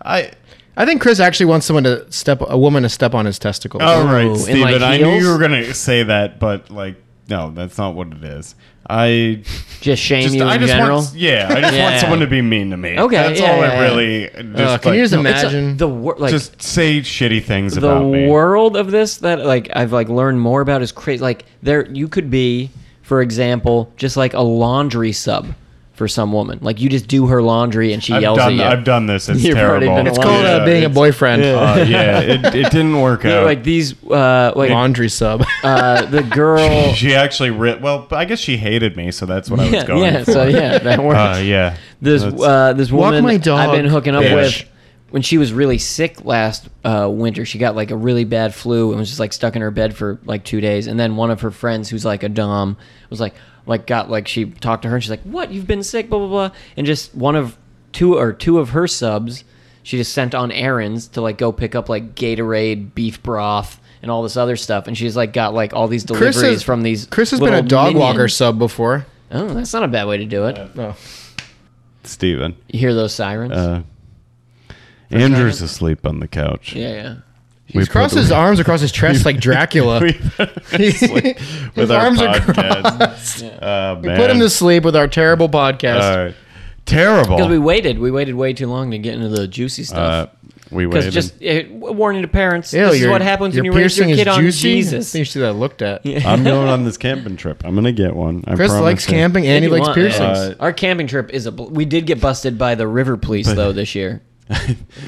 Speaker 1: I.
Speaker 2: I think Chris actually wants someone to step a woman to step on his testicles.
Speaker 1: All right,
Speaker 3: in, like,
Speaker 1: Steven. I knew
Speaker 3: heels?
Speaker 1: you were gonna say that, but like, no, that's not what it is. I
Speaker 3: just shame
Speaker 1: just,
Speaker 3: you in
Speaker 1: I just
Speaker 3: general.
Speaker 1: want, yeah, I just
Speaker 3: Yeah.
Speaker 1: want someone to be mean to me.
Speaker 3: Okay,
Speaker 1: that's
Speaker 3: yeah,
Speaker 1: all
Speaker 3: yeah,
Speaker 1: I
Speaker 3: yeah.
Speaker 1: really.
Speaker 2: Uh,
Speaker 1: Just,
Speaker 2: can you
Speaker 1: like,
Speaker 2: just
Speaker 3: It's a-
Speaker 2: imagine?
Speaker 3: the wor- like
Speaker 1: just say shitty things
Speaker 3: the
Speaker 1: about me.
Speaker 3: world of this that like I've like learned more about is crazy. Like there, you could be, for example, just like a laundry sub for some woman. Like you just do her laundry and she
Speaker 1: I've
Speaker 3: yells
Speaker 1: done,
Speaker 3: at you.
Speaker 1: I've done this. It's
Speaker 3: You've already
Speaker 1: terrible.
Speaker 3: been
Speaker 2: it's
Speaker 3: Yeah,
Speaker 2: called uh, being a
Speaker 1: it's-
Speaker 2: boyfriend.
Speaker 1: Uh, yeah, it, it didn't work
Speaker 3: They're
Speaker 1: out.
Speaker 3: like these, uh, like
Speaker 2: Laundry sub.
Speaker 3: uh, the girl.
Speaker 1: she actually writ. Well, I guess she hated me, so that's what I was
Speaker 3: yeah,
Speaker 1: going
Speaker 3: yeah.
Speaker 1: for.
Speaker 3: So yeah, that works.
Speaker 1: Uh, yeah.
Speaker 3: this
Speaker 1: That's-
Speaker 3: uh, this
Speaker 2: Walk
Speaker 3: woman
Speaker 2: my dog,
Speaker 3: I've been hooking up
Speaker 1: bitch.
Speaker 3: with when she was really sick last uh, winter. She got like a really bad flu and was just like stuck in her bed for like two days. And then one of her friends, who's like a dom, was like like got like she talked to her and she's like, "What? You've been sick?" Blah blah blah. And just one of two or two of her subs, she just sent on errands to like go pick up like Gatorade, beef broth. And all this other stuff, and she's like got like all these deliveries
Speaker 2: has-
Speaker 3: from these.
Speaker 2: Chris has been a
Speaker 3: little
Speaker 2: dog
Speaker 3: minions.
Speaker 2: walker sub before.
Speaker 3: Oh, that's not a bad way to do it.
Speaker 2: Oh.
Speaker 1: Steven.
Speaker 3: You hear those sirens?
Speaker 1: Uh, Andrew's asleep on the couch.
Speaker 3: Yeah, yeah.
Speaker 1: We
Speaker 2: He's
Speaker 1: put-
Speaker 2: crossed his arms across his chest like Dracula.
Speaker 1: we
Speaker 2: we
Speaker 1: put him to sleep with
Speaker 2: His
Speaker 1: our
Speaker 2: arms are
Speaker 1: podcast. Uh, man.
Speaker 2: put him to sleep with our terrible podcast.
Speaker 1: All right. Terrible.
Speaker 3: Because we waited. We waited way too long to get into the juicy
Speaker 1: uh,
Speaker 3: stuff.
Speaker 1: we
Speaker 3: Because
Speaker 1: waited.
Speaker 3: just uh, warning to parents,
Speaker 2: Ew,
Speaker 3: this is
Speaker 2: your-
Speaker 3: what happens when you
Speaker 2: your
Speaker 3: raise your
Speaker 2: piercing
Speaker 3: kid
Speaker 2: is
Speaker 3: on
Speaker 2: juicy? I
Speaker 3: Jesus.
Speaker 2: think You should have looked at.
Speaker 1: I'm going on this camping trip. I'm gonna get one. I
Speaker 2: Chris
Speaker 1: promise
Speaker 2: likes
Speaker 1: you.
Speaker 2: camping and he
Speaker 3: If you
Speaker 2: likes
Speaker 3: want,
Speaker 2: piercings.
Speaker 1: Uh,
Speaker 3: Our camping trip is a. bl- We did get busted by the river police though this year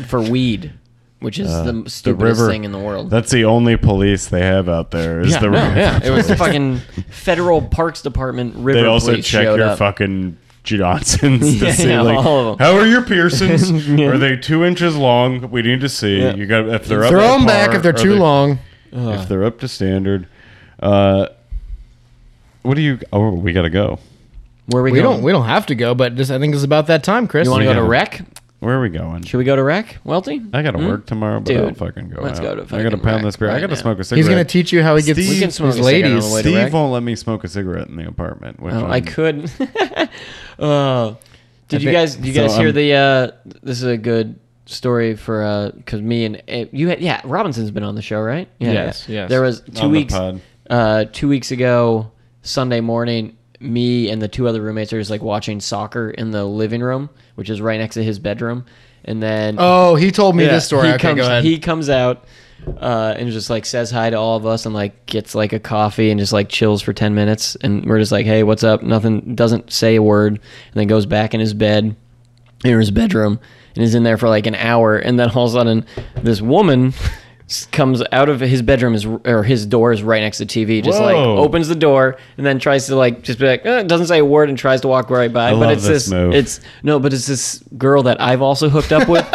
Speaker 3: for weed, which is the stupidest
Speaker 1: river-
Speaker 3: thing in the world.
Speaker 1: That's the only police they have out there. Is
Speaker 2: Yeah,
Speaker 1: the
Speaker 2: no,
Speaker 3: yeah, it was the
Speaker 1: police.
Speaker 3: fucking federal parks department river
Speaker 1: They also
Speaker 3: police
Speaker 1: check
Speaker 3: showed
Speaker 1: your
Speaker 3: up.
Speaker 1: fucking Johnsons to
Speaker 3: Yeah,
Speaker 1: see
Speaker 3: yeah,
Speaker 1: like
Speaker 3: all of 'em.
Speaker 1: how are your piercings? Are they two inches long? We need to see.
Speaker 3: Yeah.
Speaker 1: You got if they're up
Speaker 2: Throw
Speaker 1: to
Speaker 2: them back
Speaker 1: par,
Speaker 2: if they're
Speaker 1: are
Speaker 2: too
Speaker 1: they-
Speaker 2: long.
Speaker 1: If they're up to standard. Uh, what do you? Oh, we gotta go.
Speaker 3: Where are we,
Speaker 2: We
Speaker 3: going?
Speaker 2: don't. We don't have to go, but this, I think it's about that time, Chris.
Speaker 3: you want to go
Speaker 1: Yeah.
Speaker 3: to rec?
Speaker 1: Where are we going?
Speaker 3: Should we go to rec, Welty? Hmm?
Speaker 1: I gotta work tomorrow, but I'll
Speaker 3: Dude,
Speaker 1: fucking go.
Speaker 3: let's
Speaker 1: out.
Speaker 3: go to
Speaker 1: I gotta
Speaker 3: fucking
Speaker 1: pound
Speaker 3: rack
Speaker 1: this beer. I
Speaker 3: right
Speaker 1: gotta
Speaker 3: now.
Speaker 1: smoke a cigarette.
Speaker 2: He's gonna teach you how he gets
Speaker 1: Steve- We can
Speaker 2: his
Speaker 3: smoke a cigarette on the
Speaker 2: ladies.
Speaker 3: way to
Speaker 1: Steve
Speaker 3: rack.
Speaker 1: won't let me smoke a cigarette in the apartment. Which
Speaker 3: Oh,
Speaker 1: I'm-
Speaker 3: I could. uh, did
Speaker 2: I
Speaker 3: you
Speaker 2: think-
Speaker 3: guys? Did you
Speaker 1: so
Speaker 3: guys hear
Speaker 1: I'm-
Speaker 3: the? Uh, this is a good story for because me and eh, you had yeah Robinson's been on the show right? Yeah,
Speaker 2: Yes, yes.
Speaker 3: There was two
Speaker 1: On the
Speaker 3: weeks.
Speaker 1: pod.
Speaker 3: Uh, two weeks ago, Sunday morning, me and the two other roommates are just like watching soccer in the living room, which is right next to his bedroom, and then
Speaker 2: Oh, he told me
Speaker 3: yeah,
Speaker 2: this story.
Speaker 3: He
Speaker 2: okay,
Speaker 3: comes,
Speaker 2: go ahead.
Speaker 3: He comes out uh, and just like says hi to all of us and like gets like a coffee and just like chills for ten minutes. And we're just like, hey, what's up? Nothing. Doesn't say a word. And then goes back in his bed, in his bedroom, and is in there for like an hour. And then all of a sudden, this woman. comes out of his bedroom is or his door is right next to the TV just like
Speaker 1: Whoa.
Speaker 3: opens the door and then tries to like just be like eh, doesn't say a word and tries to walk right by
Speaker 1: I
Speaker 3: but
Speaker 1: love
Speaker 3: it's
Speaker 1: this
Speaker 3: this
Speaker 1: move.
Speaker 3: it's no but it's this girl that I've also hooked up with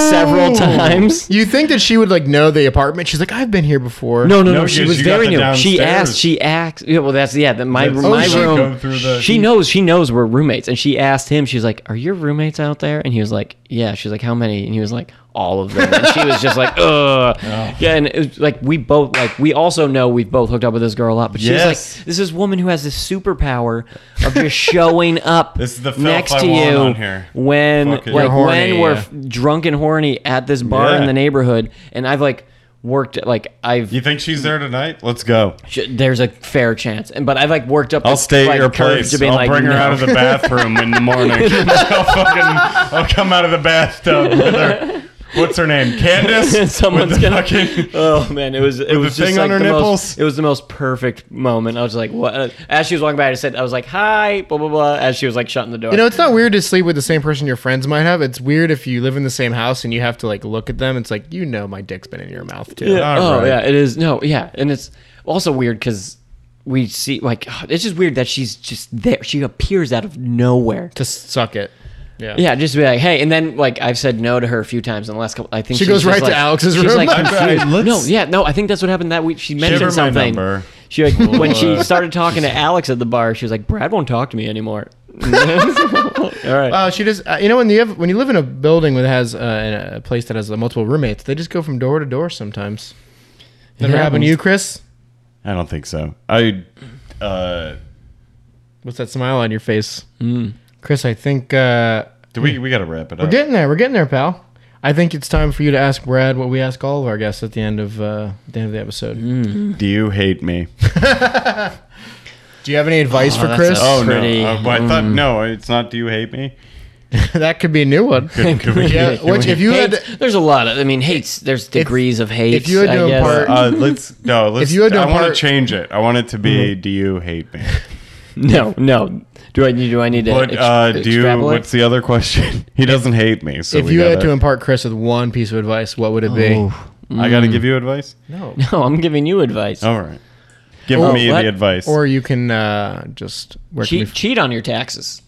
Speaker 3: several times.
Speaker 2: You think that she would like know the apartment? She's like, I've been here before.
Speaker 3: No, no,
Speaker 1: No,
Speaker 3: no. She
Speaker 1: because
Speaker 3: was
Speaker 1: you got
Speaker 3: very
Speaker 1: the
Speaker 3: new. She
Speaker 1: downstairs.
Speaker 3: asked. She asked. Yeah, well, that's yeah. The, my
Speaker 1: That's-
Speaker 3: my
Speaker 1: Oh, she go
Speaker 3: room.
Speaker 1: through the-
Speaker 3: she knows. She knows we're roommates, and she asked him. She's like, "Are your roommates out there?" And he was like, "Yeah." She's like, "How many?" And he was like, "All of them." And she was just like,
Speaker 1: Oh.
Speaker 3: "Ugh." Yeah, and it was like we both like we also know we've both hooked up with this girl a lot, but she's
Speaker 1: Yes.
Speaker 3: like, "This is woman who has this superpower of just showing up
Speaker 1: This is the filth
Speaker 3: next
Speaker 1: I
Speaker 3: to
Speaker 1: want
Speaker 3: you
Speaker 1: on here.
Speaker 3: when
Speaker 1: Fuck it.
Speaker 3: like
Speaker 2: You're horny,
Speaker 3: when we're
Speaker 2: yeah.
Speaker 3: f- drunk and horny at this bar
Speaker 1: Yeah.
Speaker 3: in the neighborhood, and I've like." Worked like I've
Speaker 1: You think she's there tonight? Let's go.
Speaker 3: Sh- there's a fair chance. And but I've like worked up.
Speaker 1: I'll
Speaker 3: this,
Speaker 1: stay at
Speaker 3: like,
Speaker 1: your
Speaker 3: courage
Speaker 1: place.
Speaker 3: to being
Speaker 1: I'll
Speaker 3: like,
Speaker 1: bring her
Speaker 3: "No."
Speaker 1: out of the bathroom in the morning. I'll fucking, I'll come out of the bathtub with her. What's her name? Candace.
Speaker 3: Someone's
Speaker 1: With the
Speaker 3: gonna.
Speaker 1: fucking-
Speaker 3: oh man, it was it was
Speaker 1: the
Speaker 3: just
Speaker 1: thing
Speaker 3: like
Speaker 1: on her
Speaker 3: the
Speaker 1: nipples?
Speaker 3: most. It was the most perfect moment. I was like, what? uh, As she was walking by, I said, I was like, hi, blah blah blah. As she was like shutting the door.
Speaker 2: You know, it's not weird to sleep with the same person your friends might have. It's weird if you live in the same house and you have to like look at them. It's like you know my dick's been in your mouth too.
Speaker 3: Yeah.
Speaker 1: All
Speaker 3: Oh
Speaker 1: right.
Speaker 3: yeah, it is. No, yeah, and it's also weird because we see like it's just weird that she's just there. She appears out of nowhere.
Speaker 2: To suck it. Yeah.
Speaker 3: Yeah, just be like, hey, and then like I've said no to her a few times in the last couple. I think
Speaker 2: She
Speaker 3: she's
Speaker 2: goes
Speaker 3: just,
Speaker 2: right to
Speaker 3: like-
Speaker 2: Alex's
Speaker 3: she's,
Speaker 2: room.
Speaker 3: Like,
Speaker 2: I'm
Speaker 3: confused.
Speaker 1: sorry, let's-
Speaker 3: no, yeah, no. I think that's what happened that week. She mentioned
Speaker 1: her my
Speaker 3: something.
Speaker 1: number.
Speaker 3: She like when she started talking to Alex at the bar, she was like, Brad won't talk to me anymore. All right.
Speaker 2: Uh, she just, uh, you know, when you have when you live in a building that has uh, in a place that has uh, multiple roommates, they just go from door to door sometimes. That ever happened to
Speaker 3: happens.
Speaker 2: you, Chris?
Speaker 1: I don't think so. I. Uh,
Speaker 2: What's that smile on your face,
Speaker 1: Hmm.
Speaker 2: Chris? I think uh,
Speaker 1: do we? We gotta wrap it
Speaker 2: we're
Speaker 1: up.
Speaker 2: getting there. We're getting there, pal. I think it's time for you to ask Brad what we ask all of our guests at the end of uh, the end of the episode.
Speaker 1: Hmm. Do you hate me?
Speaker 2: Do you have any advice
Speaker 3: Oh,
Speaker 2: for
Speaker 3: that's
Speaker 2: Chris?
Speaker 3: a-
Speaker 1: Oh
Speaker 3: Pretty- mm.
Speaker 1: no! Uh, but I thought no. It's not. Do you hate me?
Speaker 2: that could be a new one.
Speaker 1: Could, could we,
Speaker 2: yeah,
Speaker 1: could
Speaker 2: which
Speaker 1: we-
Speaker 2: if you had
Speaker 3: Hate- there's a lot of. I mean, hates. There's degrees of hate.
Speaker 2: if you had to
Speaker 3: I guess.
Speaker 2: impart-
Speaker 1: Uh, let's no. Let's.
Speaker 2: you had to Mm-hmm.
Speaker 1: I want
Speaker 2: impart-
Speaker 1: to change it. I want it to be. Do you hate me?
Speaker 3: no, no. Do I need? Do I need to?
Speaker 1: What
Speaker 3: ex-
Speaker 1: uh, do you?
Speaker 3: extrapolate?
Speaker 1: What's the other question? He doesn't hate me. So
Speaker 2: if
Speaker 1: we
Speaker 2: you had
Speaker 1: gotta-
Speaker 2: to impart Chris with one piece of advice, what would it be?
Speaker 3: Oh.
Speaker 1: I got to give you advice.
Speaker 2: No.
Speaker 3: No, I'm giving you advice.
Speaker 1: All right. Give
Speaker 3: Oh,
Speaker 1: me
Speaker 3: what?
Speaker 1: the advice.
Speaker 2: Or you can uh, just where can we
Speaker 3: cheat, cheat on your taxes.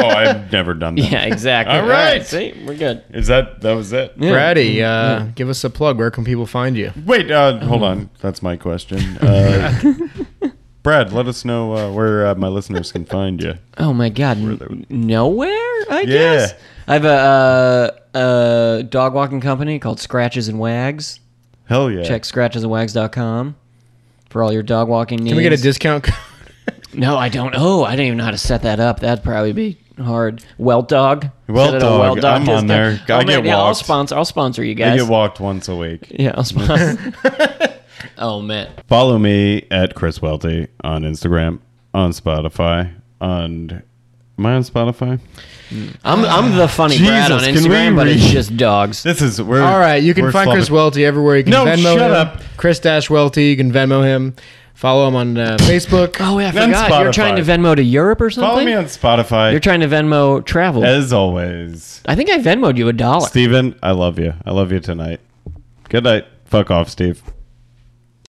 Speaker 1: oh, I've never done that.
Speaker 3: Yeah, exactly.
Speaker 1: All
Speaker 3: All
Speaker 1: right.
Speaker 3: right. See, we're good.
Speaker 1: Is that that was it?
Speaker 3: Yeah.
Speaker 2: Brady, uh, give us a plug. Where can people find you?
Speaker 1: Wait, uh, hold on. That's my question. Uh, Brad, let us know uh, where uh, my listeners can find you.
Speaker 3: Oh my god, n- nowhere? I guess.
Speaker 1: Yeah.
Speaker 3: I have a, uh a dog walking company called Scratches and Wags.
Speaker 1: Hell yeah!
Speaker 3: Check scratchesandwags.com for all your dog walking needs.
Speaker 2: Can we get a discount? code?
Speaker 3: No, I don't. Oh, I don't even know how to set that up. That'd probably be hard. Welt Dog.
Speaker 1: Welt
Speaker 3: Set it up,
Speaker 1: Dog. I'm on
Speaker 3: discount.
Speaker 1: there.
Speaker 3: Oh,
Speaker 1: I
Speaker 3: man,
Speaker 1: get
Speaker 3: yeah, I'll
Speaker 1: walked.
Speaker 3: sponsor. I'll sponsor you
Speaker 1: I
Speaker 3: guys.
Speaker 1: get walked once a week.
Speaker 3: yeah, I'll sponsor. oh man.
Speaker 1: Follow me at Chris Welty on Instagram, on Spotify, on. Am I on Spotify?
Speaker 3: I'm, I'm the funny Brad on
Speaker 1: Jesus, can we
Speaker 3: Instagram, but it's
Speaker 1: read-
Speaker 3: just dogs.
Speaker 1: This is we're
Speaker 2: All right, you can
Speaker 1: we're
Speaker 2: find Chris
Speaker 1: sloppy.
Speaker 2: Welty everywhere. You can
Speaker 1: No,
Speaker 2: Venmo
Speaker 1: shut
Speaker 2: him.
Speaker 1: up.
Speaker 2: Chris Dash Welty. You can Venmo him. Follow him on uh, Facebook.
Speaker 3: Oh, yeah, I
Speaker 1: And
Speaker 3: forgot. You're
Speaker 1: Spotify.
Speaker 3: trying to Venmo to Europe or something?
Speaker 1: Follow me on Spotify.
Speaker 3: You're trying to Venmo travel.
Speaker 1: as always,
Speaker 3: I think I Venmoed you a dollar.
Speaker 1: Steven, I love you. I love you tonight. Good night. Fuck off, Steve.